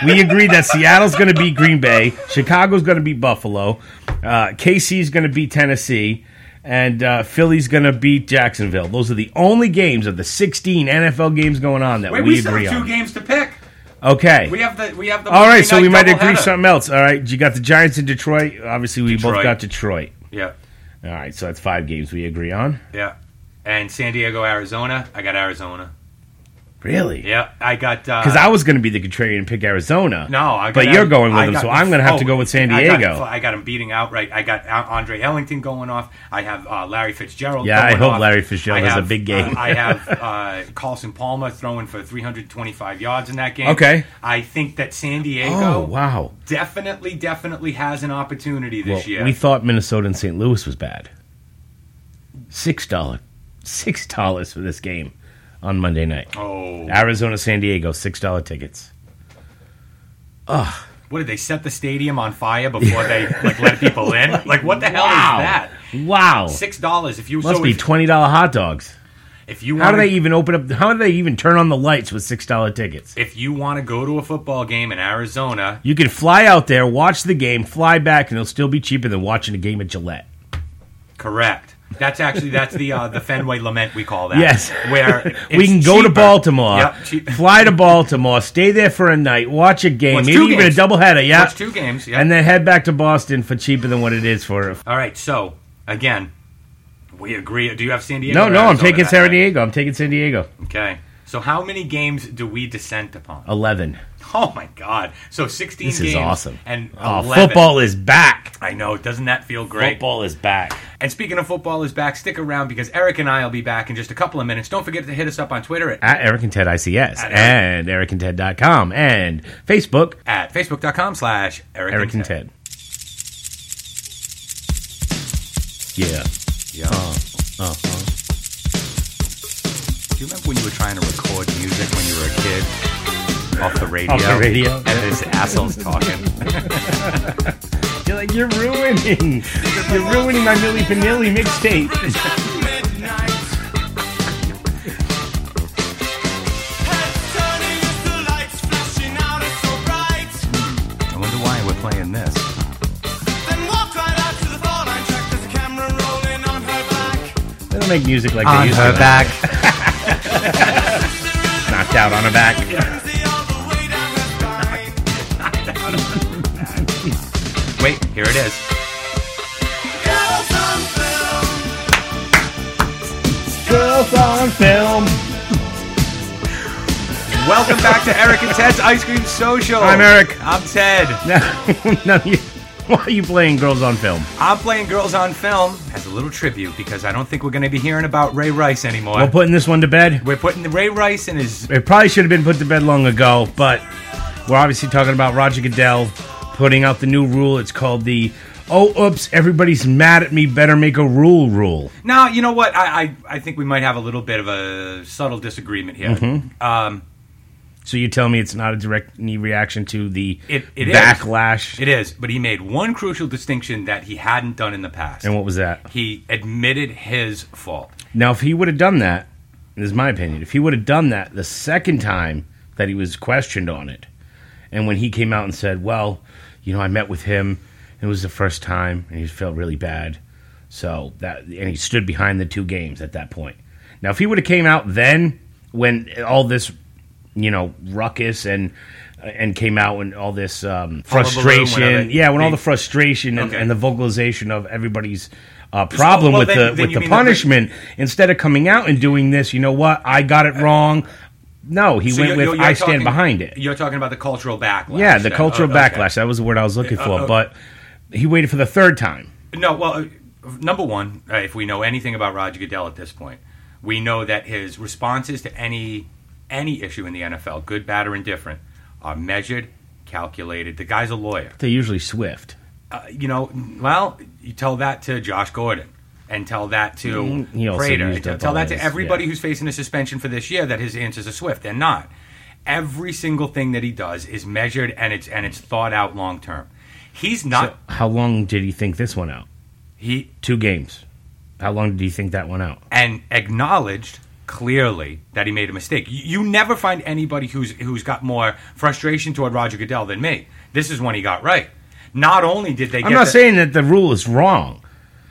S4: we agreed that Seattle's going to beat Green Bay, Chicago's going to beat Buffalo, uh, KC's going to beat Tennessee, and uh, Philly's going to beat Jacksonville. Those are the only games of the 16 NFL games going on that
S5: Wait,
S4: we,
S5: we still
S4: agree
S5: have two
S4: on.
S5: games to pick.
S4: Okay.
S5: We have the. We have the.
S4: All right,
S5: Monday
S4: so
S5: night
S4: we might agree
S5: doubleheader.
S4: something else. All right, you got the Giants in Detroit. Obviously, we both
S5: Detroit.
S4: got Detroit.
S5: Yeah,
S4: All right, so that's five games we agree on.
S5: yeah. And San Diego, Arizona. I got Arizona.
S4: Really?
S5: Yeah, I got. uh,
S4: Because I was going to be the contrarian and pick Arizona.
S5: No, I got
S4: but you're going with
S5: I
S4: them,
S5: got-
S4: so I'm going to have to
S5: oh,
S4: go with San
S5: I
S4: Diego.
S5: got- I got him beating outright. I got Al- Andre Ellington going off. I have uh, Larry Fitzgerald.
S4: Yeah, I
S5: going
S4: hope
S5: off.
S4: Larry Fitzgerald
S5: I
S4: has a
S5: have,
S4: big game.
S5: uh, I have uh, Carlson Palmer throwing for 325 yards in that game.
S4: Okay.
S5: I think that San Diego
S4: oh wow!
S5: definitely, definitely has an opportunity
S4: Well,
S5: this year.
S4: we thought Minnesota and St. Louis was bad. Six dollar, six dollars for this game. on Monday night.
S5: Oh,
S4: Arizona, San Diego, six dollar tickets.
S5: what did they set the stadium on fire before they like let people in? Like what the hell
S4: Wow.
S5: is that?
S4: Wow,
S5: Six dollars if you
S4: must
S5: so
S4: be
S5: if,
S4: twenty dollar hot dogs.
S5: if you
S4: How
S5: want
S4: do they even open up? How do they even turn on the lights with six dollar tickets?
S5: if you want to go to a football game in Arizona,
S4: You can fly out there, watch the game, fly back, and it'll still be cheaper than watching a game at Gillette.
S5: correct. That's actually that's the uh, the Fenway lament we call that.
S4: Yes.
S5: where
S4: we
S5: it's
S4: can go to
S5: cheaper.
S4: Baltimore,
S5: Yep, cheap-
S4: fly to Baltimore, stay there for a night, watch a game,
S5: Watch
S4: maybe
S5: two
S4: even
S5: games.
S4: a doubleheader, yeah,
S5: Watch two games, yeah.
S4: and then head back to Boston for cheaper than what it is for.
S5: All right, so again, we agree. Do you have San Diego?
S4: No,
S5: or
S4: no, I'm
S5: Arizona
S4: taking
S5: that
S4: San
S5: night?
S4: Diego. I'm taking San Diego.
S5: Okay. So how many games do we dissent upon?
S4: Eleven.
S5: Oh my God! So sixteen.
S4: This
S5: games
S4: is awesome.
S5: And
S4: Oh,
S5: 11.
S4: football is back.
S5: I know. Doesn't that feel great?
S4: Football is back.
S5: And speaking of football is back, stick around because Eric and I will be back in just a couple of minutes. Don't forget to hit us up on Twitter at,
S4: At Eric and Ted ICS
S5: At Eric-
S4: and ericandted.com and Facebook
S5: at facebook.com slash Eric,
S4: Eric and Ted. Yeah. Uh-huh.
S5: Yeah. Do you remember when you were trying to record music when you were a kid? Off the radio.
S4: Off the radio.
S5: And this asshole's talking.
S4: You're like, you're ruining, you're ruining my Millie Vanilli mixtape.
S5: I wonder why we're playing this.
S4: They don't make music like they
S2: On
S4: used
S2: her
S4: to.
S2: back.
S4: Knocked out on her back.
S5: Wait, here it is.
S4: Girls on film.
S5: Welcome back to Eric and Ted's Ice Cream Social.
S4: I'm Eric.
S5: I'm Ted.
S4: No, no, you, why are you playing Girls on Film?
S5: I'm playing Girls on Film as a little tribute because I don't think we're going to be hearing about Ray Rice anymore.
S4: We're putting this one to bed.
S5: we're putting Ray Rice in his
S4: It probably should have been put to bed long ago, but we're obviously talking about Roger Goodell putting out the new rule. It's called the "Oh, oops, everybody's mad at me. Better make a rule." Rule.
S5: Now, you know what? I, I, I think we might have a little bit of a subtle disagreement here.
S4: Mm-hmm.
S5: Um,
S4: So you tell me it's not a direct knee reaction to the
S5: It- it is.
S4: backlash.
S5: it is, but he made one crucial distinction that he hadn't done in the past.
S4: And what was that?
S5: he admitted his fault.
S4: Now, if he would have done that, this is my opinion. If he would have done that the second time that he was questioned on it, and when he came out and said, "Well, you know, I met with him. It was the first time, and he felt really bad." So that, and he stood behind the two games at that point. Now, if he would have came out then, when all this, you know, ruckus and and came out when all this
S5: Hullabaloo,
S4: um, frustration,
S5: whatever.
S4: yeah, when all
S5: He-
S4: the frustration and,
S5: Okay.
S4: and the vocalization of everybody's uh, problem
S5: well,
S4: with
S5: then-
S4: the
S5: then
S4: with
S5: you
S4: the
S5: mean that they-
S4: punishment instead of coming out and doing this. You know what? I got it wrong. No, he
S5: So
S4: went
S5: you're-
S4: with
S5: you're- you're
S4: I stand
S5: talking-
S4: behind it.
S5: You're talking about the cultural backlash.
S4: Yeah, the
S5: then.
S4: cultural
S5: Oh, okay.
S4: backlash. That was the word I was looking for.
S5: uh,
S4: but he waited for the third time.
S5: No, well, uh, number one, uh, if we know anything about Roger Goodell at this point, we know that his responses to any any issue in the NFL, good, bad, or indifferent, are measured, calculated. The guy's a lawyer.
S4: They're usually swift.
S5: uh, you know, well, you tell that to Josh Gordon and tell that to
S4: Mhm. He also
S5: Prater.
S4: used
S5: Tell,
S4: up
S5: tell
S4: all
S5: that to
S4: his-
S5: everybody
S4: yeah.
S5: who's facing a suspension for this year that his answers are swift. They're not. Every single thing that he does is measured and it's and it's thought out long term. He's not.
S4: How long did he think this one out?
S5: he
S4: Two games. How long did he think that one out?
S5: and acknowledged clearly that he made a mistake. You, you never find anybody who's who's got more frustration toward Roger Goodell than me. This is when he got right. Not only did they,
S4: I'm
S5: get
S4: not
S5: the,
S4: saying that the rule is wrong.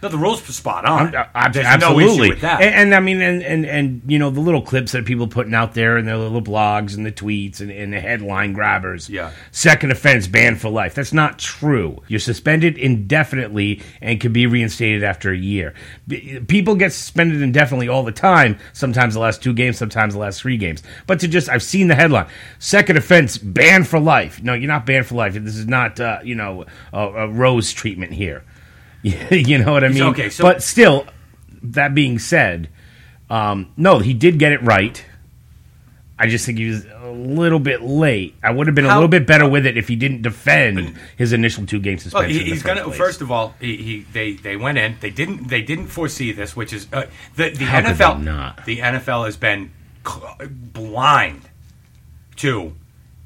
S5: no, the rules spot on.
S4: I'm- I- I-
S5: There's
S4: absolutely.
S5: no issue with that.
S4: And, and I mean, and, and and you know, the little clips that people putting out there, and their little blogs, and the tweets, and, and the headline grabbers.
S5: Yeah.
S4: Second offense banned for life. That's not true. You're suspended indefinitely and can be reinstated after a year. B- people get suspended indefinitely all the time. Sometimes the last two games, sometimes the last three games. But to just, I've seen the headline: second offense banned for life. No, you're not banned for life. This is not, uh, you know, a, a rose treatment here. you know what I mean?
S5: okay, so-
S4: but still, that being said, um, no, he did get it right. I just think he was a little bit late. I would have been a
S5: How-
S4: little bit better with it if he didn't defend his initial two game
S5: Well,
S4: suspension.
S5: he,
S4: in the
S5: he's
S4: first
S5: gonna.
S4: place.
S5: First of all, he, he they they went in. They didn't they didn't foresee this, which is uh, the the
S4: How could
S5: NFL.
S4: they not?
S5: The NFL has been cl- blind to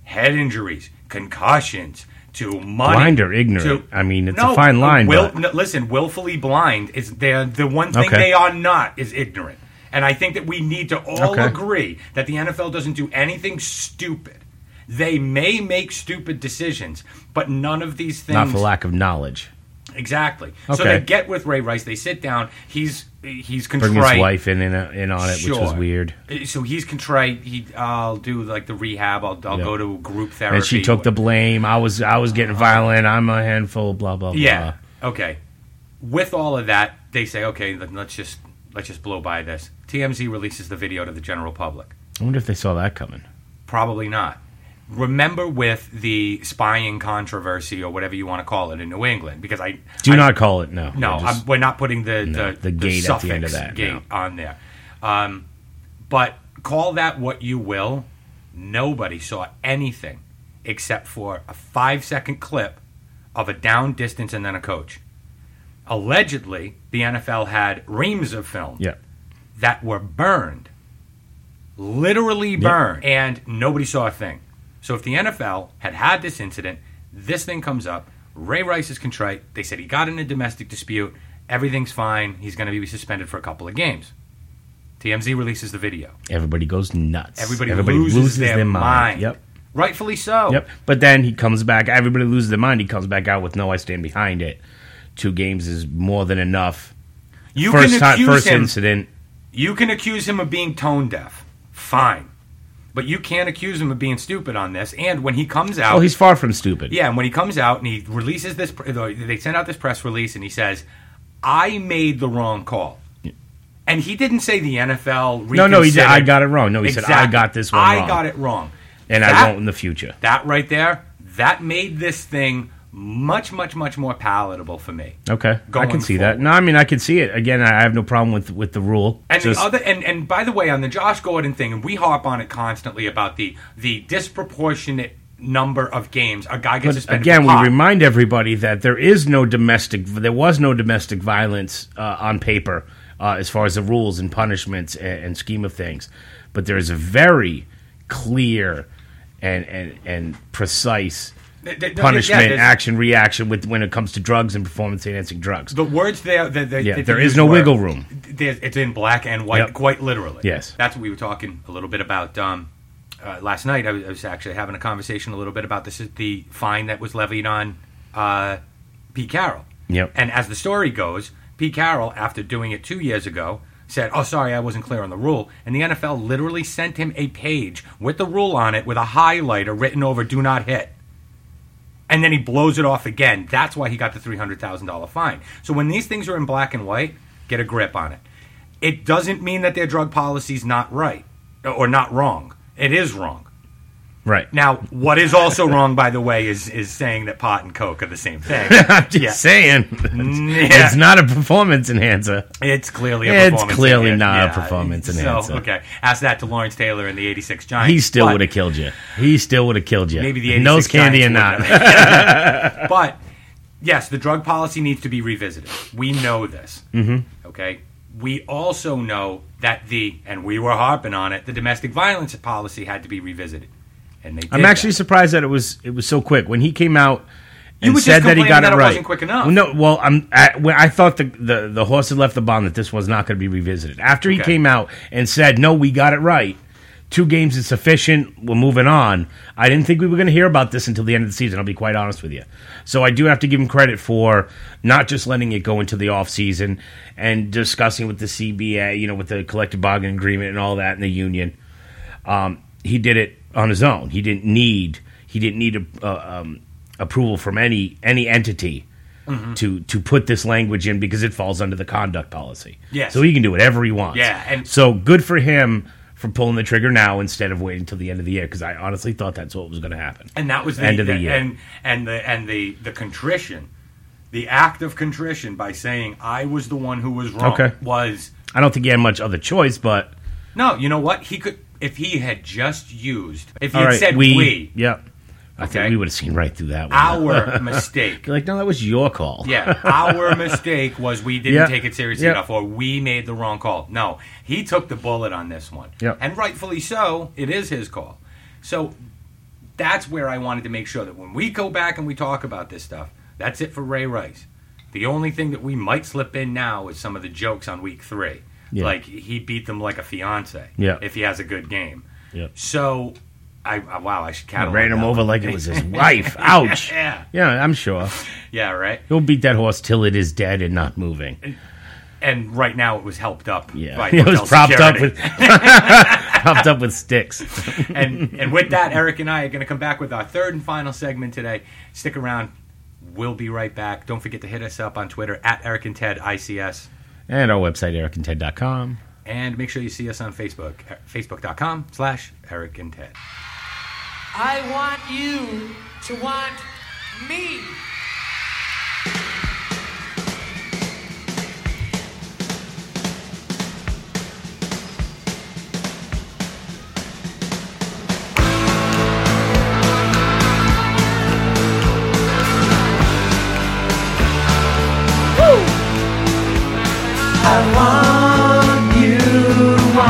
S5: head injuries, concussions, to money.
S4: Blind or ignorant?
S5: to-
S4: I mean, it's a fine line,
S5: Will,
S4: but-
S5: no, listen, willfully blind is they're, the one thing
S4: Okay.
S5: they are not is ignorant. And I think that we need to all
S4: Okay.
S5: agree that the NFL doesn't do anything stupid. They may make stupid decisions, but none of these things
S4: not for lack of knowledge.
S5: Exactly. So
S4: Okay.
S5: they get with Ray Rice. They sit down. He's he's contrite.
S4: Bring his wife in in, in on it, which was
S5: Sure. Uh,
S4: weird.
S5: So he's contrite. He I'll do like the rehab. I'll, I'll
S4: Yeah.
S5: go to group therapy.
S4: And she took the blame. I was I was getting violent. I'm a handful. Blah blah blah.
S5: Uh-huh. yeah. Okay. With all of that, they say, okay, then let's just let's just blow by this. TMZ releases the video to the general public.
S4: I wonder if they saw that coming.
S5: Probably not. Remember with the spying controversy or whatever you want to call it in New England, because I
S4: Do
S5: I-
S4: not call it. No.
S5: No,
S4: We're just-
S5: I'm, we're not putting the
S4: No,
S5: the,
S4: the gate at the end of
S5: suffix
S4: that,
S5: gate on there. Um, but call that what you will. Nobody saw anything except for a five second clip of a down distance and then a coach. Allegedly, the NFL had reams of film
S4: yeah.
S5: that were burned, literally burned, and nobody saw a thing. So if the NFL had had this incident, this thing comes up. Ray Rice is contrite. They said he got in a domestic dispute. Everything's fine. He's going to be suspended for a couple of games. TMZ releases the video.
S4: Everybody goes nuts.
S5: Everybody, loses, their, mind.
S4: Yep.
S5: Rightfully so.
S4: Yep. But then he comes back. Everybody loses their mind. He comes back out with no. I stand behind it. Two games is more than enough.
S5: You
S4: first
S5: can
S4: time,
S5: accuse
S4: first
S5: him.
S4: incident.
S5: You can accuse him of being tone deaf. Fine. But you can't accuse him of being stupid on this. And when he comes out,
S4: Oh, he's far from stupid.
S5: Yeah, and when he comes out and he releases this, they send out this press release and he says, "I made the wrong call," and he didn't say the NFL.
S4: No, no, he did.
S5: reconsidered.
S4: I got it wrong. No, he said I
S5: Exactly.
S4: got this one
S5: I
S4: wrong,
S5: got it wrong,
S4: and
S5: That-
S4: I won't in the future.
S5: That right there, that made this thing much, much, much more palatable for me.
S4: Okay, I
S5: going
S4: can see that.
S5: forward.
S4: No, I mean I can see it. Again, I I have no problem with with the rule.
S5: And
S4: Just-
S5: the other, and, and by the way, on the Josh Gordon thing, and we harp on it constantly about the the disproportionate number of games a guy gets
S4: but
S5: suspended.
S4: again,
S5: for
S4: we
S5: pot.
S4: remind everybody that there is no domestic. There was no domestic violence uh, on paper, uh, as far as the rules and punishments and, and scheme of things. But there is a very clear and and and precise
S5: Th- th- no,
S4: punishment,
S5: yeah, there's-
S4: action, reaction with when it comes to drugs and performance enhancing drugs.
S5: The words there, the, the,
S4: Yeah,
S5: that
S4: there
S5: they
S4: is
S5: used
S4: no
S5: were-
S4: wiggle room.
S5: There's, it's in black and white,
S4: Yep.
S5: quite literally.
S4: Yes.
S5: that's what we were talking a little bit about um, uh, last night. I was, I was actually having a conversation a little bit about this the fine that was levied on uh, Pete Carroll.
S4: Yep.
S5: And as the story goes, Pete Carroll, after doing it two years ago, said, "Oh, sorry, I wasn't clear on the rule," and the NFL literally sent him a page with the rule on it with a highlighter written over "Do not hit." and then he blows it off again. That's why he got the three hundred thousand dollar fine. So when these things are in black and white, get a grip on it. It doesn't mean that their drug policy's not right or not wrong. It is wrong.
S4: right
S5: Now, what is also wrong, by the way, is is saying that pot and coke are the same thing.
S4: I'm just
S5: Yeah.
S4: saying,
S5: Mm, Yeah.
S4: it's not a performance enhancer.
S5: It's clearly a
S4: It's
S5: performance
S4: clearly
S5: enhan-
S4: not a performance
S5: so,
S4: enhancer.
S5: okay, ask that to Lawrence Taylor and the '86 Giants.
S4: He still
S5: But-
S4: would have killed you. He still would have killed you.
S5: Maybe the 86
S4: nose candy or
S5: Giants
S4: not.
S5: would have. but yes, the drug policy needs to be revisited. We know this. Mm-hmm. Okay. We also know that the and we were harping on it. The domestic violence policy had to be revisited, and they. Did
S4: I'm actually
S5: that.
S4: surprised that it was it was so quick when he came out. And
S5: were just
S4: said that he
S5: complaining
S4: got
S5: that
S4: it
S5: it
S4: right.
S5: wasn't quick enough.
S4: Well, no, well, I'm, I, when I thought the, the the horse had left the barn that this was not going to be revisited. After he
S5: Okay.
S4: came out and said, "No, we got it right. Two games is sufficient. We're moving on." I didn't think we were going to hear about this until the end of the season. I'll be quite honest with you. So I do have to give him credit for not just letting it go into the off season and discussing with the CBA, you know, with the collective bargaining agreement and all that in the union um, he did it on his own. He didn't need he didn't need a, uh, um, approval from any any entity
S5: Mm-hmm.
S4: to to put this language in because it falls under the conduct policy.
S5: Yes.
S4: so he can do whatever he wants.
S5: Yeah, and-
S4: so good for him for pulling the trigger now instead of waiting till the end of the year because I honestly thought that's what was going to happen.
S5: and that was the
S4: end of the year.
S5: and and the and the the contrition, the act of contrition by saying I was the one who was wrong
S4: Okay.
S5: was
S4: I don't think he had much other choice, but
S5: no. You know what he could if he had just used if he
S4: all
S5: had
S4: right,
S5: said
S4: we,
S5: we
S4: yeah. I
S5: Okay.
S4: think we would have seen right through that one.
S5: Our mistake.
S4: You're like, no, that was your call.
S5: Yeah, our mistake was we didn't
S4: Yeah.
S5: take it seriously
S4: Yeah.
S5: enough, or we made the wrong call. No, he took the bullet on this one,
S4: Yeah.
S5: and rightfully so. It is his call. So that's where I wanted to make sure that when we go back and we talk about this stuff, that's it for Ray Rice. The only thing that we might slip in now is some of the jokes on week three,
S4: Yeah.
S5: like he beat them like a fiance.
S4: Yeah.
S5: if he has a good game.
S4: Yeah.
S5: So, I, I wow, I should
S4: I
S5: catalog
S4: ran him
S5: that
S4: over
S5: one.
S4: like it was his wife. Ouch.
S5: Yeah.
S4: Yeah, I'm sure.
S5: Yeah, right.
S4: He'll beat that horse till it is dead and not moving.
S5: And right now it was helped up.
S4: Yeah,
S5: by
S4: it was
S5: hotel
S4: propped
S5: security.
S4: up with propped up with sticks.
S5: and and with that, Eric and I are going to come back with our third and final segment today. Stick around. We'll be right back. Don't forget to hit us up on Twitter at Eric and Ted ICS.
S4: And our website, ericandted.com.
S5: And make sure you see us on Facebook, e- facebook.com slash Eric and Ted.
S9: I want you to want me.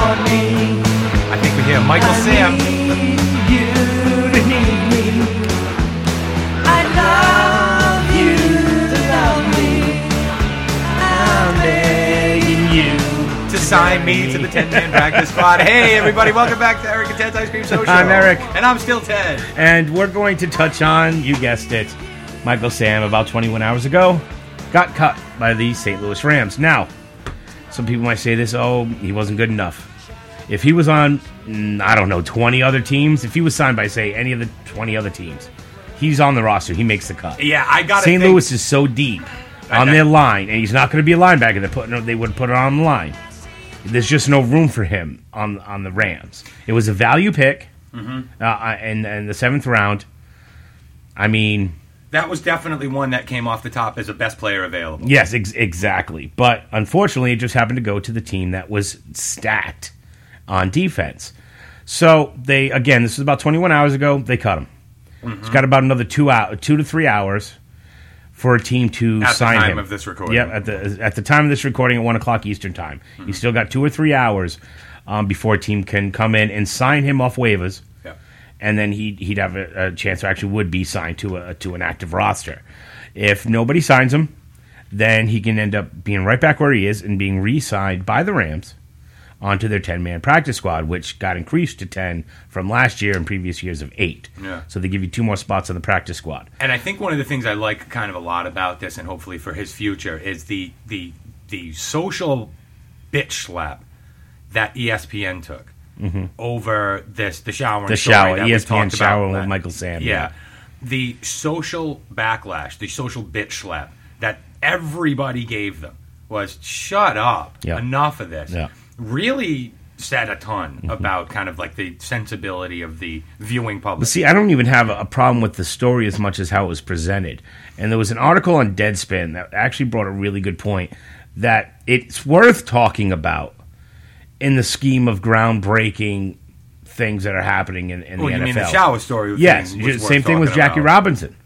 S5: I think we hear Michael Sam. To sign me to the 10 man practice squad. Hey, everybody, welcome back to Eric and Ted's Ice Cream Social.
S4: I'm Eric.
S5: And I'm still Ted.
S4: And we're going to touch on, you guessed it, Michael Sam about 21 hours ago got cut by the St. Louis Rams. Now, some people might say this, oh, he wasn't good enough. If he was on, mm, I don't know, 20 other teams, if he was signed by, say, any of the 20 other teams, he's on the roster. He makes the cut.
S5: Yeah, I got
S4: St. Louis is so deep on
S5: know.
S4: their line, and he's not going to be a linebacker. They're putting, they would put it on the line. There's just no room for him on on the Rams. It was a value pick,
S5: Mm-hmm.
S4: uh, I- and and the seventh round. I mean,
S5: That was definitely one that came off the top as a best player available.
S4: yes, ex- exactly. But unfortunately, it just happened to go to the team that was stacked on defense. So they again, this was about 21 hours ago. They cut him. It's
S5: Mm-hmm.
S4: got about another two hour, two to three hours for a team to
S5: At the
S4: sign
S5: time
S4: him.
S5: of this recording.
S4: Yep, at the at the time of this recording at one o'clock Eastern time.
S5: Mm-hmm.
S4: You still got two or three hours um, before a team can come in and sign him off waivers
S5: Yeah.
S4: and then he'd he'd have a, a chance, or actually would be signed to a to an active roster. If nobody signs him, then he can end up being right back where he is and being re-signed by the Rams onto their ten man practice squad, which got increased to ten from last year and previous years of eight.
S5: Yeah.
S4: So they give you two more spots on the practice squad.
S5: And I think one of the things I like kind of a lot about this, and hopefully for his future, is the the the social bitch slap that E ESPN took over this the shower
S4: Mm-hmm. The
S5: story
S4: shower, E
S5: that we
S4: ESPN
S5: talked about
S4: shower with
S5: la-
S4: Michael Sam.
S5: Yeah, the social backlash, the social bitch slap that everybody gave them was shut up,
S4: Yeah.
S5: enough of this.
S4: Yeah. Mm-hmm.
S5: Really said a ton about kind of like the sensibility of the viewing public.
S4: See, I don't even have a problem with the story as much as how it was presented. And there was an article on Deadspin that actually brought a really good point that it's worth talking about in the scheme of groundbreaking things that are happening in, in
S5: Well,
S4: the
S5: you
S4: NFL.
S5: mean the shower story? was-
S4: Yes,
S5: was
S4: ju-
S5: worth
S4: same thing with
S5: talking
S4: Jackie
S5: about.
S4: Robinson.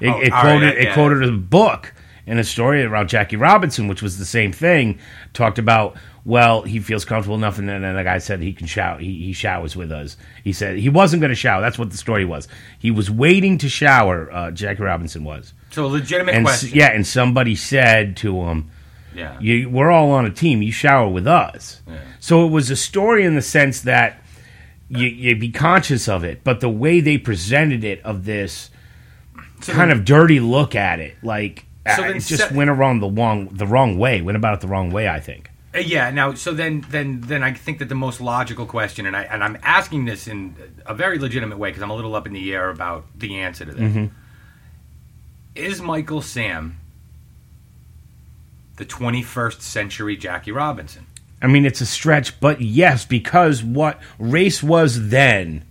S4: It,
S5: Oh,
S4: it
S5: all right,
S4: quoted
S5: I
S4: it
S5: get it.
S4: quoted a book and a story around Jackie Robinson, which was the same thing. Talked about well, he feels comfortable enough, and then and the guy said he can shower. He, he showers with us. He said he wasn't going to shower. That's what the story was. He was waiting to shower. Uh, Jackie Robinson was,
S5: So a legitimate
S4: and s-
S5: question.
S4: yeah, and somebody said to him,
S5: yeah.
S4: you, we're all on a team. You shower with us. So it was a story in the sense that you, you be conscious of it, but the way they presented it of this kind of dirty look at it, like
S5: So
S4: uh,
S5: then
S4: it just
S5: se-
S4: went around the wrong the wrong way. Went about it the wrong way. I think.
S5: Uh, yeah. Now, so then, then, then, I think that the most logical question, and I and I'm asking this in a very legitimate way because I'm a little up in the air about the answer to this.
S4: Mm-hmm.
S5: Is Michael Sam the 21st century Jackie Robinson?
S4: I mean, it's a stretch, but yes, because what race was then,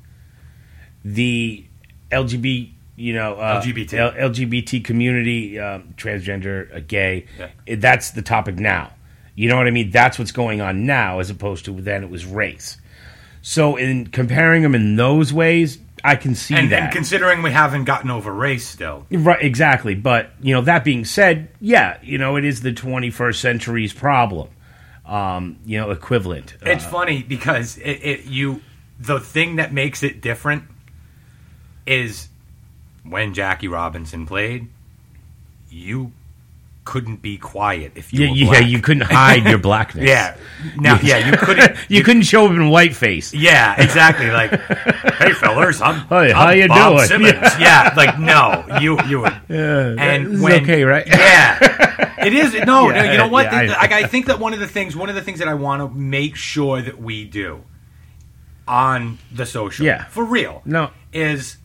S4: the LGBT, you know, uh,
S5: LGBT.
S4: L- LGBT community, um, transgender, uh, gay,
S5: Yeah.
S4: it- that's the topic now. You know what I mean? That's what's going on now, as opposed to then it was race. So, in comparing them in those ways, I can see
S5: And,
S4: that.
S5: and considering we haven't gotten over race still,
S4: Right, exactly. But you know, that being said, yeah, you know, it is the 21st century's problem. Um, you know, equivalent. Uh,
S5: it's funny because it, it you the thing that makes it different is when Jackie Robinson played, you couldn't be quiet if you
S4: yeah,
S5: were
S4: yeah,
S5: black.
S4: you couldn't hide your blackness.
S5: yeah. Now, yeah, you couldn't.
S4: you, couldn't show up in whiteface.
S5: Yeah, exactly. Like, hey, fellas, I'm,
S4: Hey,
S5: I'm
S4: how you
S5: Bob
S4: doing?
S5: Simmons. Yeah. like no, you you were. and
S4: this is
S5: when,
S4: okay, right?
S5: Yeah, it is. No, no, you know what?
S4: yeah,
S5: The-
S4: I-
S5: like, I think that one of the things, one of the things that I want to make sure that we do on the social,
S4: Yeah.
S5: for real,
S4: No.
S5: is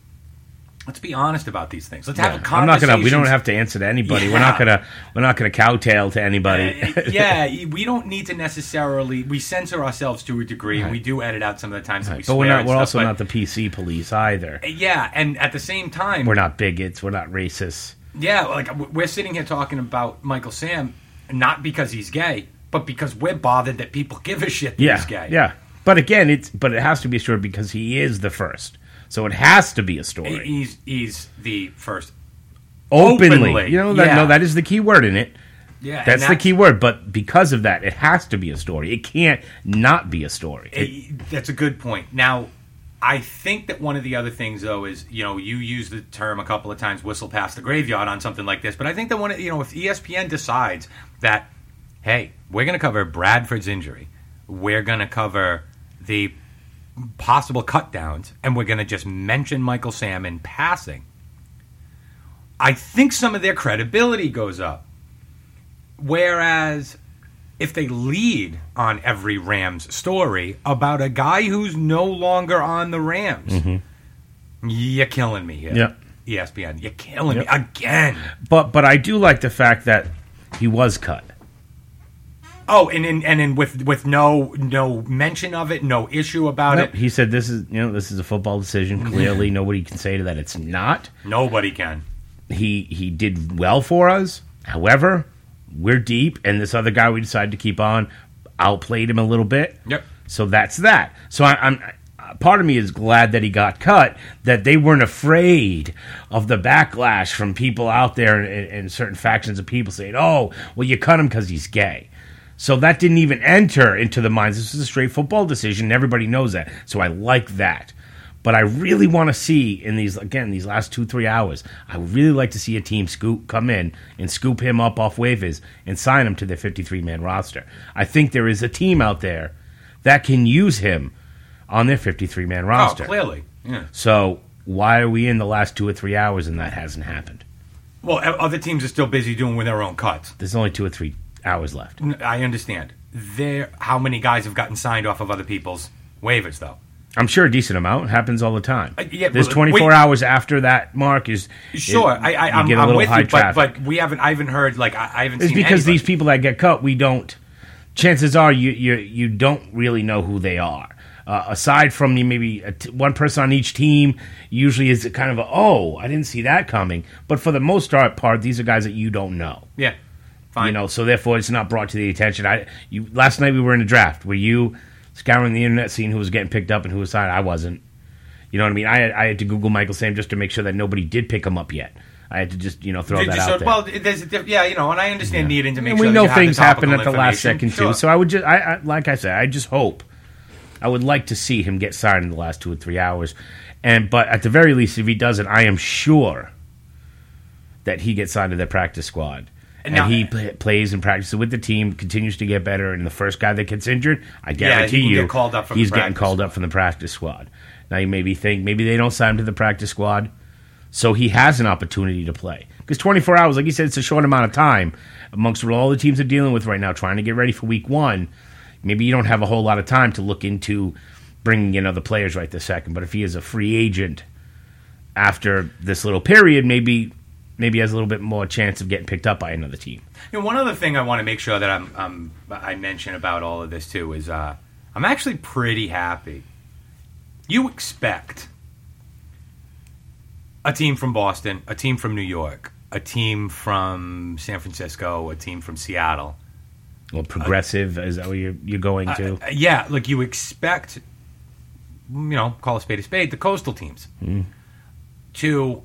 S5: let's be honest about these things. Let's have a
S4: I'm not
S5: conversation.
S4: gonna. We don't have to answer to anybody. We're not
S5: Yeah.
S4: gonna. We're not gonna cowtail to anybody.
S5: Uh, yeah, we don't need to necessarily. We censor ourselves to a degree, and we do edit out some of the times that we
S4: but
S5: swear.
S4: we're not.
S5: and
S4: We're
S5: stuff,
S4: also
S5: but-
S4: not the PC police either.
S5: Yeah, and at the same time,
S4: We're not bigots. We're not racists.
S5: yeah, like w- we're sitting here talking about Michael Sam, not because he's gay, but because we're bothered that people give a shit that
S4: Yeah,
S5: he's gay.
S4: yeah. But again, it's but it has to be a story because he is the first. So it has to be a story.
S5: He- he's he's the first.
S4: openly.
S5: Openly,
S4: You know that
S5: yeah.
S4: no, that is the key word in it.
S5: Yeah, and
S4: That's the
S5: that-
S4: key word. But because of that, it has to be a story. It can't not be a story. It-
S5: Eh, that's a good point. Now, I think that one of the other things though is you know you use the term a couple of times, whistle past the graveyard on something like this. But I think that one of- you know if E ESPN decides that hey, we're going to cover Bradford's injury, we're going to cover the possible cut downs, and we're going to just mention Michael Sam in passing. I think some of their credibility goes up. Whereas if they lead on every Rams story about a guy who's no longer on the Rams, you're killing me here. E
S4: Yep.
S5: ESPN, you're killing me again.
S4: but but I do like the fact that he was cut.
S5: Oh, and in, and in with with no no mention of it, no issue about
S4: Nope,
S5: it. Mm-hmm.
S4: He said this is you know this is a football decision. Clearly, nobody can say to that it's not.
S5: Nobody can.
S4: He he did well for us. However, we're deep, and this other guy we decided to keep on outplayed him a little bit.
S5: Yep.
S4: So that's that. So I, I'm. uh, Part of me is glad that he got cut. That they weren't afraid of the backlash from people out there and, and, and certain factions of people saying, "Oh, well, you cut him because he's gay." So that didn't even enter into the minds. This is a straight football decision. and Everybody knows that. So I like that. But I really want to see in these again these last two three hours. I would really like to see a team scoop come in and scoop him up off waivers and sign him to their fifty three man roster. I think there is a team out there that can use him on their 53 man
S5: Oh,
S4: roster.
S5: clearly. Yeah.
S4: so why are we in the last two or three hours and that hasn't happened?
S5: Well, o- other teams are still busy doing with their own cuts.
S4: There's only two or three hours left.
S5: N- I understand. There, how many guys have gotten signed off of other people's waivers though?
S4: I'm sure a decent amount it happens all the time.
S5: Uh, yeah,
S4: There's
S5: but-
S4: 24
S5: wait.
S4: hours after that mark is
S5: Sure,
S4: it-
S5: I, I,
S4: you
S5: I'm,
S4: get a
S5: I'm
S4: little
S5: with
S4: high
S5: you, but,
S4: traffic.
S5: but we haven't. I haven't heard. Like I, I haven't
S4: it's
S5: seen.
S4: because
S5: anybody.
S4: these people that get cut, we don't. Chances are you you you don't really know who they are. Uh, aside from you, maybe a t- one person on each team, usually is kind of a, oh, I didn't see that coming. But for the most part, part these are guys that you don't know.
S5: Yeah, fine.
S4: You know, so therefore it's not brought to the attention. I you last night we were in a draft. Were you scouring the internet, seeing who was getting picked up and who was signed? I wasn't. You know what I mean? I had, I had to Google Michael Sam just to make sure that nobody did pick him up yet. I had to just you know throw
S5: Ju-
S4: that
S5: just
S4: out
S5: so-
S4: there.
S5: well, there's a diff- yeah, you know, and I understand needing to make
S4: and
S5: sure
S4: we
S5: that
S4: know
S5: you have
S4: things
S5: the
S4: happen at the
S5: topical
S4: last second
S5: information.
S4: too.
S5: Sure.
S4: So I would just, I, I like I said, I just hope. I would like to see him get signed in the last two or three hours, and but at the very least, if he doesn't, I am sure that he gets signed to the practice squad. And,
S5: now-
S4: he pl- plays and practices with the team, continues to get better. And the first guy that gets injured, I
S5: Yeah, he
S4: guarantee
S5: will
S4: you,
S5: get called up from the
S4: he's getting
S5: practice
S4: called up from the practice squad. Now you maybe think maybe they don't sign him to the practice squad, so he has an opportunity to play because 24 hours, like you said, it's a short amount of time amongst what all the teams are dealing with right now, trying to get ready for week one. Maybe you don't have a whole lot of time to look into bringing in other players right this second. But if he is a free agent after this little period, maybe maybe he has a little bit more chance of getting picked up by another team.
S5: You know, one other thing I want to make sure that I'm, um, I mention about all of this too is uh, I'm actually pretty happy. You expect a team from Boston, a team from New York, a team from San Francisco, a team from Seattle.
S4: Well, progressive is that where you're, you're going to?
S5: Uh, yeah, like you expect you know, call a spade a spade, the coastal teams
S4: Mm.
S5: to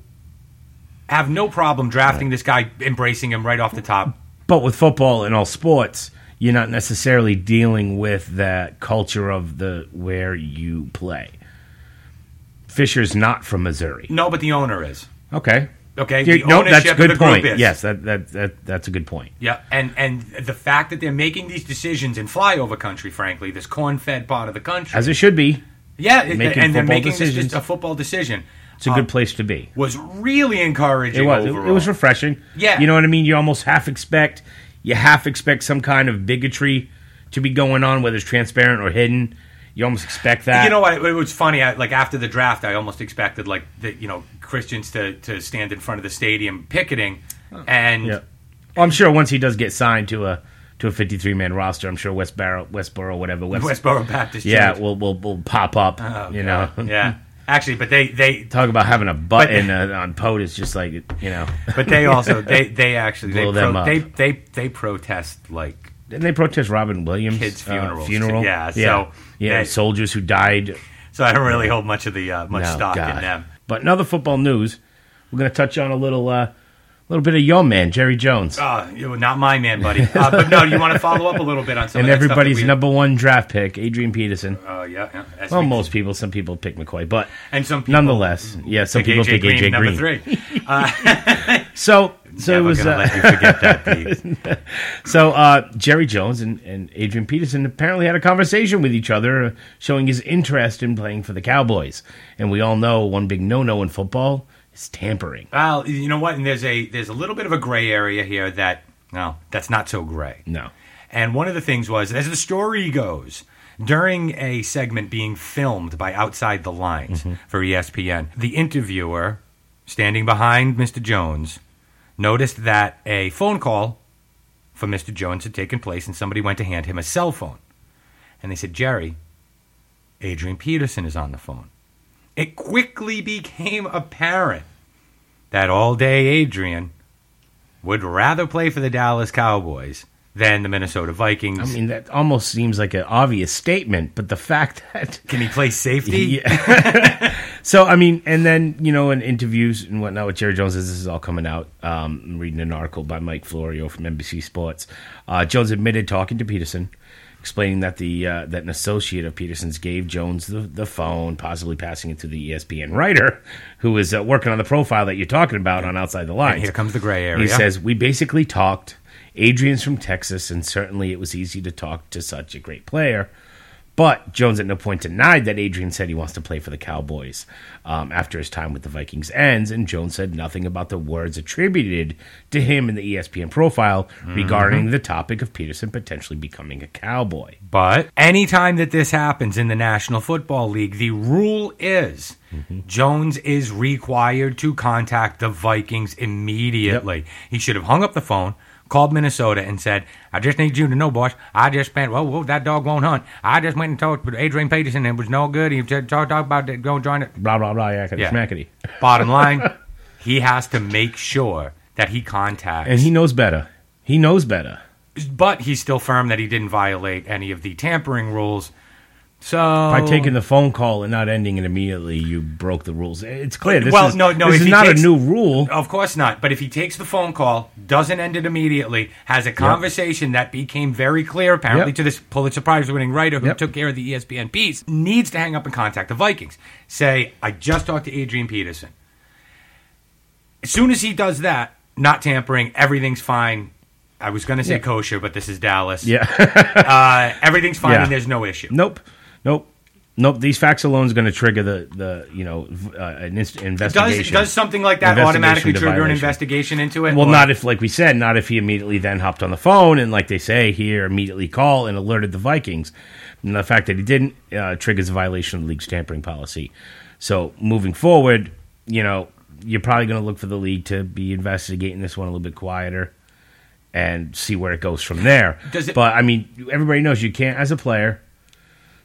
S5: have no problem drafting this guy, embracing him right off the top.
S4: But with football and all sports, you're not necessarily dealing with that culture of the where you play. Fisher's not from Missouri.
S5: No, but the owner is.
S4: Okay.
S5: Okay,
S4: You-
S5: the
S4: no, that's a
S5: ownership of
S4: good
S5: the group
S4: point.
S5: is.
S4: Yes, that, that that that's a good point.
S5: Yeah, and and the fact that they're making these decisions in flyover country, frankly, this corn-fed part of the country,
S4: As it should be.
S5: yeah, it-
S4: making
S5: and they're
S4: football
S5: making this
S4: decisions.
S5: just a football decision.
S4: It's a good place to be.
S5: Was really encouraging.
S4: It was. It,
S5: Uh, overall.
S4: it was refreshing.
S5: Yeah.
S4: You know what I mean? You almost half expect, you half expect some kind of bigotry to be going on, whether it's transparent or hidden. You almost expect that.
S5: You know what? It was funny. I, like after the draft, I almost expected like the, you know Christians to, to stand in front of the stadium picketing, and
S4: Yeah. Well, I'm sure once he does get signed to a to a 53 man roster, I'm sure West Barrow, Westboro, whatever, West,
S5: Westboro Baptist.
S4: yeah, hmm.
S5: Church.
S4: will will will pop up.
S5: Oh,
S4: you know,
S5: God. yeah. Actually, but they they
S4: talk about having a
S5: But-
S4: button uh, on POTUS, just like you know,
S5: but they also they they actually they
S4: Blow them
S5: pro-
S4: up.
S5: they they they protest like
S4: didn't they protest Robin Williams'
S5: Kids'
S4: uh,
S5: funerals.
S4: funeral,
S5: Yeah, so
S4: yeah, yeah,
S5: they-
S4: soldiers who died
S5: so. I don't really hold much of the uh, much
S4: No,
S5: stock in
S4: God.
S5: them.
S4: But in other football news, we're going to touch on a little, uh, little bit of your man, Jerry Jones,
S5: Uh, you know, not my man, buddy. Uh, but no, you want to follow up a little bit on some
S4: and
S5: of that stuff that
S4: everybody's
S5: we-
S4: number one draft pick, Adrian Peterson.
S5: Oh yeah, yeah. That's
S4: Well,
S5: me.
S4: most people, some people pick McCoy, but
S5: and some people
S4: nonetheless, yeah, some
S5: pick
S4: people
S5: AJ
S4: pick
S5: Green,
S4: AJ Green.
S5: number three.
S4: So, so
S5: Never
S4: it was.
S5: gonna
S4: Uh,
S5: let you forget that. Pete.
S4: So uh, Jerry Jones and, and Adrian Peterson apparently had a conversation with each other, uh, showing his interest in playing for the Cowboys. And we all know one big no-no in football is tampering.
S5: Well, you know what? And there's a there's a little bit of a gray area here that no, that's not so gray.
S4: No,
S5: And one of the things was, as the story goes, during a segment being filmed by Outside the Lines
S4: Mm-hmm.
S5: for E ESPN, the interviewer standing behind Mr. Jones noticed that a phone call for Mr. Jones had taken place, and somebody went to hand him a cell phone, and they said, "Jerry, Adrian Peterson is on the phone." It quickly became apparent that all day Adrian would rather play for the Dallas Cowboys than the Minnesota Vikings.
S4: I mean that almost seems like an obvious statement, but the fact that
S5: Can he play safety?
S4: So I mean, and then you know, in interviews and whatnot with Jerry Jones, as this is all coming out, um, I'm reading an article by Mike Florio from NBC Sports. Uh, Jones admitted talking to Peterson, explaining that the uh, that an associate of Peterson's gave Jones the, the phone, possibly passing it to the E ESPN writer who was uh, working on the profile that you're talking about on Outside the Lines.
S5: And here comes the gray area.
S4: He says, We basically talked. Adrian's from Texas, and certainly it was easy to talk to such a great player. But Jones at no point denied that Adrian said he wants to play for the Cowboys um, after his time with the Vikings ends, and Jones said nothing about the words attributed to him in the E ESPN profile
S5: Mm-hmm.
S4: regarding the topic of Peterson potentially becoming a Cowboy.
S5: But anytime that this happens in the National Football League, the rule is
S4: Mm-hmm.
S5: Jones is required to contact the Vikings immediately. He should have hung up the phone, called Minnesota, and said, I just need you to know, boys, I just spent, whoa, whoa, that dog won't hunt. I just went and talked with Adrian Peterson. It was no good. He just talked about that, go join it.
S4: Blah, blah, blah, yakety
S5: Yeah.
S4: smackety.
S5: Bottom line, he has to make sure that he contacts.
S4: And he knows better. He knows better.
S5: but he's still firm that he didn't violate any of the tampering rules. So
S4: By taking the phone call and not ending it immediately, you broke the rules. It's clear. This
S5: Well,
S4: is,
S5: no, no,
S4: this
S5: if
S4: is
S5: he
S4: not
S5: takes-
S4: a new rule.
S5: Of course not. But if he takes the phone call, doesn't end it immediately, has a conversation that became very clear, apparently,
S4: Yep.
S5: to this Pulitzer Prize winning writer who
S4: Yep.
S5: took care of the E ESPN piece, needs to hang up and contact the Vikings. Say, I just talked to Adrian Peterson. As soon as he does that, not tampering, everything's fine. I was going to say
S4: Yeah.
S5: kosher, but this is Dallas.
S4: Yeah.
S5: Uh, everything's fine
S4: Yeah.
S5: and there's no issue.
S4: nope. Nope. Nope. These facts alone is going to trigger the the you know v- uh, an inst-
S5: Does
S4: investigation.
S5: does something like that
S4: Investigation
S5: automatically
S4: to
S5: trigger an
S4: violation.
S5: investigation into it?
S4: Well,
S5: Or-
S4: not if like we said, not if he immediately then hopped on the phone and like they say here immediately call and alerted the Vikings. And the fact that he didn't uh, triggers a violation of the league's tampering policy. So moving forward, you know you're probably going to look for the league to be investigating this one a little bit quieter. and see where it goes from there.
S5: Does it-
S4: but I mean, everybody knows you can't, as a player,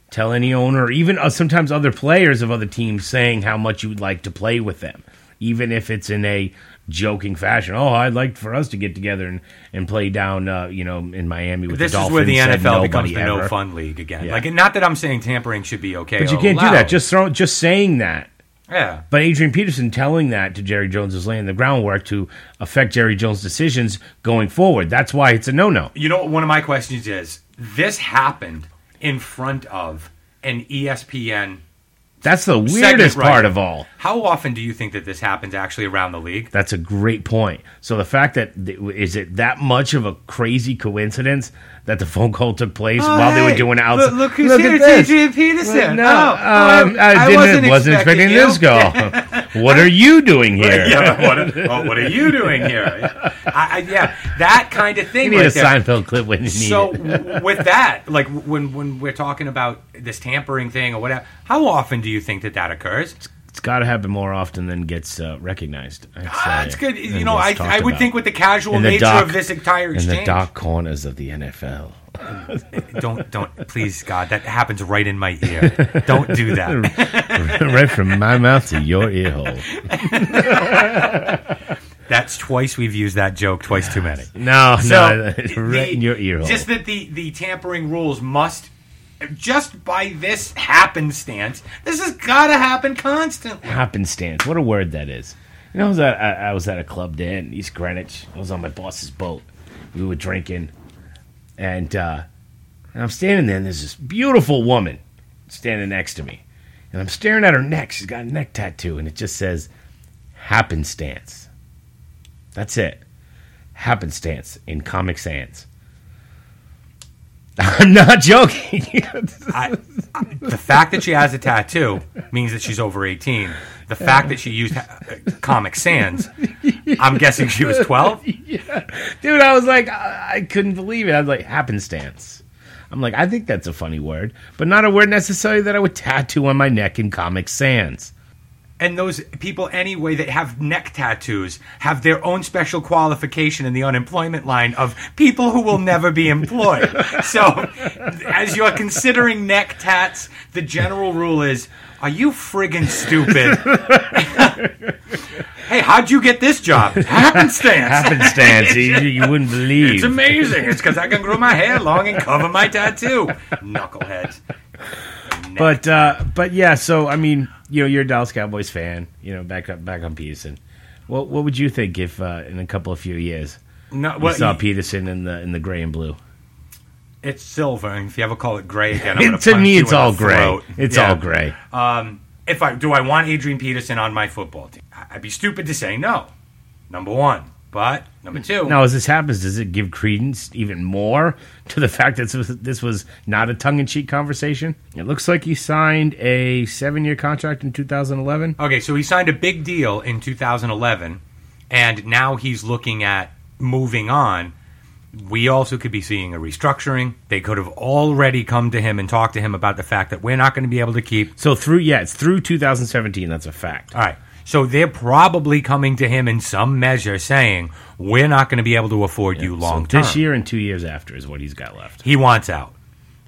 S4: tell any owner, or even uh, sometimes other players of other teams, saying how much you would like to play with them. even if it's in a joking fashion. Oh, I'd like for us to get together and, and play down, uh, you know, in Miami with
S5: This
S4: the
S5: is
S4: Dolphins.
S5: where the
S4: said
S5: NFL becomes
S4: nobody
S5: the
S4: ever.
S5: no fun league again.
S4: Yeah.
S5: Like, and not that I'm saying tampering should be okay,
S4: But you
S5: or
S4: can't do
S5: allowed.
S4: that. Just throw, just saying that.
S5: yeah,
S4: But Adrian Peterson telling that to Jerry Jones is laying the groundwork to affect Jerry Jones' decisions going forward. That's why it's a no-no.
S5: you know, what one of my questions is: This happened in front of an E ESPN.
S4: That's the
S5: Segment
S4: weirdest part
S5: writer.
S4: of all.
S5: How often do you think that this happens actually around the league?
S4: That's a great point. So the fact that is it that much of a crazy coincidence that the phone call took place while they were doing out.
S5: Oh, Look, look who's here,
S4: at this.
S5: Adrian Peterson.
S4: No,
S5: oh,
S4: um, I, didn't, wasn't, expecting,
S5: you.
S4: this call. what are you doing here?
S5: Yeah, what, are, oh, what are you doing here? I, I, yeah, that kind of thing.
S4: You need
S5: right
S4: a
S5: there.
S4: Seinfeld clip when you need
S5: So
S4: it.
S5: w- with that, like w- when when we're talking about this tampering thing or whatever, how often do you think that that occurs?
S4: It's got to happen more often than gets uh, recognized. I'd
S5: Ah,
S4: say,
S5: it's good. You
S4: and
S5: know,
S4: gets
S5: I
S4: talked
S5: I would
S4: about.
S5: think with the casual
S4: In the
S5: nature
S4: dark-
S5: of this entire
S4: in the
S5: exchange,
S4: dark corners of the NFL.
S5: don't don't please God, that happens right in my ear. Don't do that.
S4: right from my mouth to your ear hole.
S5: That's twice we've used that joke. Twice too many.
S4: No, no, right
S5: the-
S4: in your ear hole.
S5: Just that the the tampering rules must just by this happenstance. This has got to happen constantly.
S4: happenstance. What a word that is. You know, I was at, I, I was at a club there in East Greenwich. I was on my boss's boat. We were drinking, and, uh, and I'm standing there, and there's this beautiful woman standing next to me, and I'm staring at her neck. She's got a neck tattoo, and it just says happenstance. That's it. Happenstance in Comic Sans. I'm not joking.
S5: I, I- the fact that she has a tattoo means that she's over 18. The fact that she used ha- Comic Sans, I'm guessing she was 12.
S4: Dude, I was like, I, I couldn't believe it. I was like, happenstance. I'm like, I think that's a funny word, but not a word necessarily that I would tattoo on my neck in Comic Sans.
S5: And those people, anyway, that have neck tattoos have their own special qualification in the unemployment line of people who will never be employed. So, as you're considering neck tats, the general rule is are you friggin' stupid? hey, how'd you get this job? Happenstance.
S4: Happenstance, you, you wouldn't
S5: It's
S4: believe.
S5: amazing. It's because I can grow my hair long and cover my tattoo. Knuckleheads.
S4: But uh, but yeah, so I mean, you know, you're a Dallas Cowboys fan. You know, back up back on Peterson. What what would you think if uh, in a couple of few years
S5: No,
S4: we
S5: well,
S4: saw Peterson in the in the gray and blue?
S5: it's silver. And if you ever call it gray again, I'm gonna
S4: to
S5: punch
S4: me,
S5: you
S4: it's
S5: in the
S4: all gray.
S5: throat.
S4: It's
S5: Yeah.
S4: all gray.
S5: Um, if I do, I want Adrian Peterson on my football team. I- I'd be stupid to say no. Number one, but number two,
S4: Now, as this happens, does it give credence even more to the fact that this was, this was not a tongue-in-cheek conversation? It looks like he signed a seven-year contract in 2011.
S5: Okay, so he signed a big deal in 2011, and now he's looking at moving on. We also could be seeing a restructuring. They could have already come to him and talked to him about the fact that we're not going to be able to keep.
S4: So through yeah, it's through 2017. That's a fact.
S5: All right. So they're probably coming to him in some measure saying, we're not going to be able to afford you long
S4: so
S5: term.
S4: this year and two years after is what he's got left.
S5: He wants out.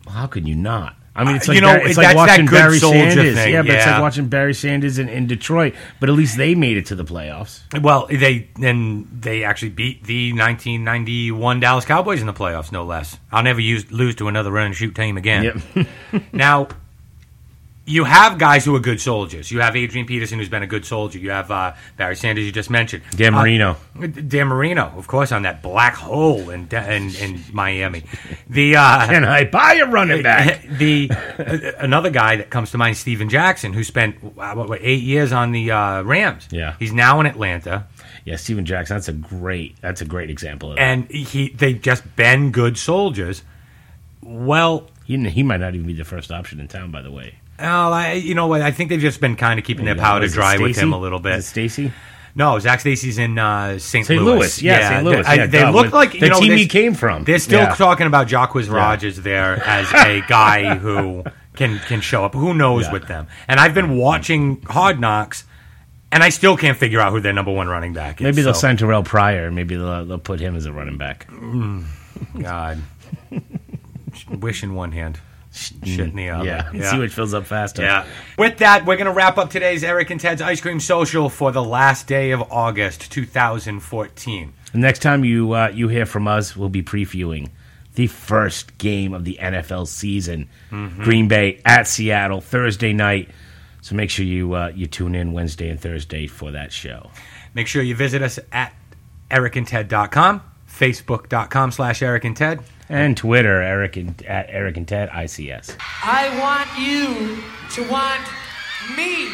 S4: Well, how can you not? I mean, it's
S5: Uh,
S4: like
S5: you know,
S4: Bar- it's
S5: that's
S4: like
S5: that
S4: watching
S5: good
S4: Barry
S5: soldier
S4: Sanders.
S5: thing,
S4: Yeah, but it's
S5: yeah.
S4: like watching Barry Sanders in, in Detroit. But at least they made it to the playoffs.
S5: Well, they and they actually beat the 1991 Dallas Cowboys in the playoffs, no less. I'll never use, lose to another run and shoot team again.
S4: Yep.
S5: Now, you have guys who are good soldiers. You have Adrian Peterson, who's been a good soldier. You have uh, Barry Sanders, you just mentioned.
S4: Dan
S5: Uh,
S4: Marino.
S5: Dan Marino, of course, on that black hole in in, in Miami. The uh,
S4: and I buy a running back.
S5: the uh, another guy that comes to mind, Steven Jackson, who spent wow, what, what, eight years on the uh, Rams.
S4: Yeah.
S5: he's now in Atlanta,
S4: yeah, Steven Jackson. That's a great. That's a great example of that.
S5: and he they've just been good soldiers. Well,
S4: He, he might not even be the first option in town, by the way.
S5: oh, I, you know what? I think they've just been kind of keeping their powder
S4: Is it
S5: dry with
S4: Stacy?
S5: him a little bit.
S4: Is it Stacy?
S5: No, Zach Stacy's in uh, St.
S4: St.
S5: Louis.
S4: Louis. Yeah, St. Louis.
S5: They, I-
S4: Yeah,
S5: they
S4: duh,
S5: look
S4: with-
S5: like you
S4: the
S5: know,
S4: team
S5: they-
S4: he came from.
S5: They're still
S4: Yeah.
S5: talking about Jacquez Rogers there as a guy who can can show up. Who knows with them? And I've been watching Hard Knocks, and I still can't figure out who their number one running back is.
S4: Maybe they'll
S5: so-
S4: sign Terrell Pryor. Maybe they'll, they'll put him as a running back.
S5: God, wish in one hand. shit in the oven.
S4: Mm, Yeah.
S5: yeah.
S4: See which fills up faster.
S5: Yeah. With that, we're going to wrap up today's Eric and Ted's Ice Cream Social for the last day of August 2014.
S4: The next time you uh, you hear from us, we'll be previewing the first game of the NFL season,
S5: Mm-hmm.
S4: Green Bay at Seattle Thursday night. So make sure you uh, you tune in Wednesday and Thursday for that show.
S5: Make sure you visit us at ericandted.com, facebook.com slash Eric and Ted.
S4: And Twitter, Eric and at Eric and Ted ICS.
S9: I want you to want me.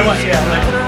S10: I want, yeah, like,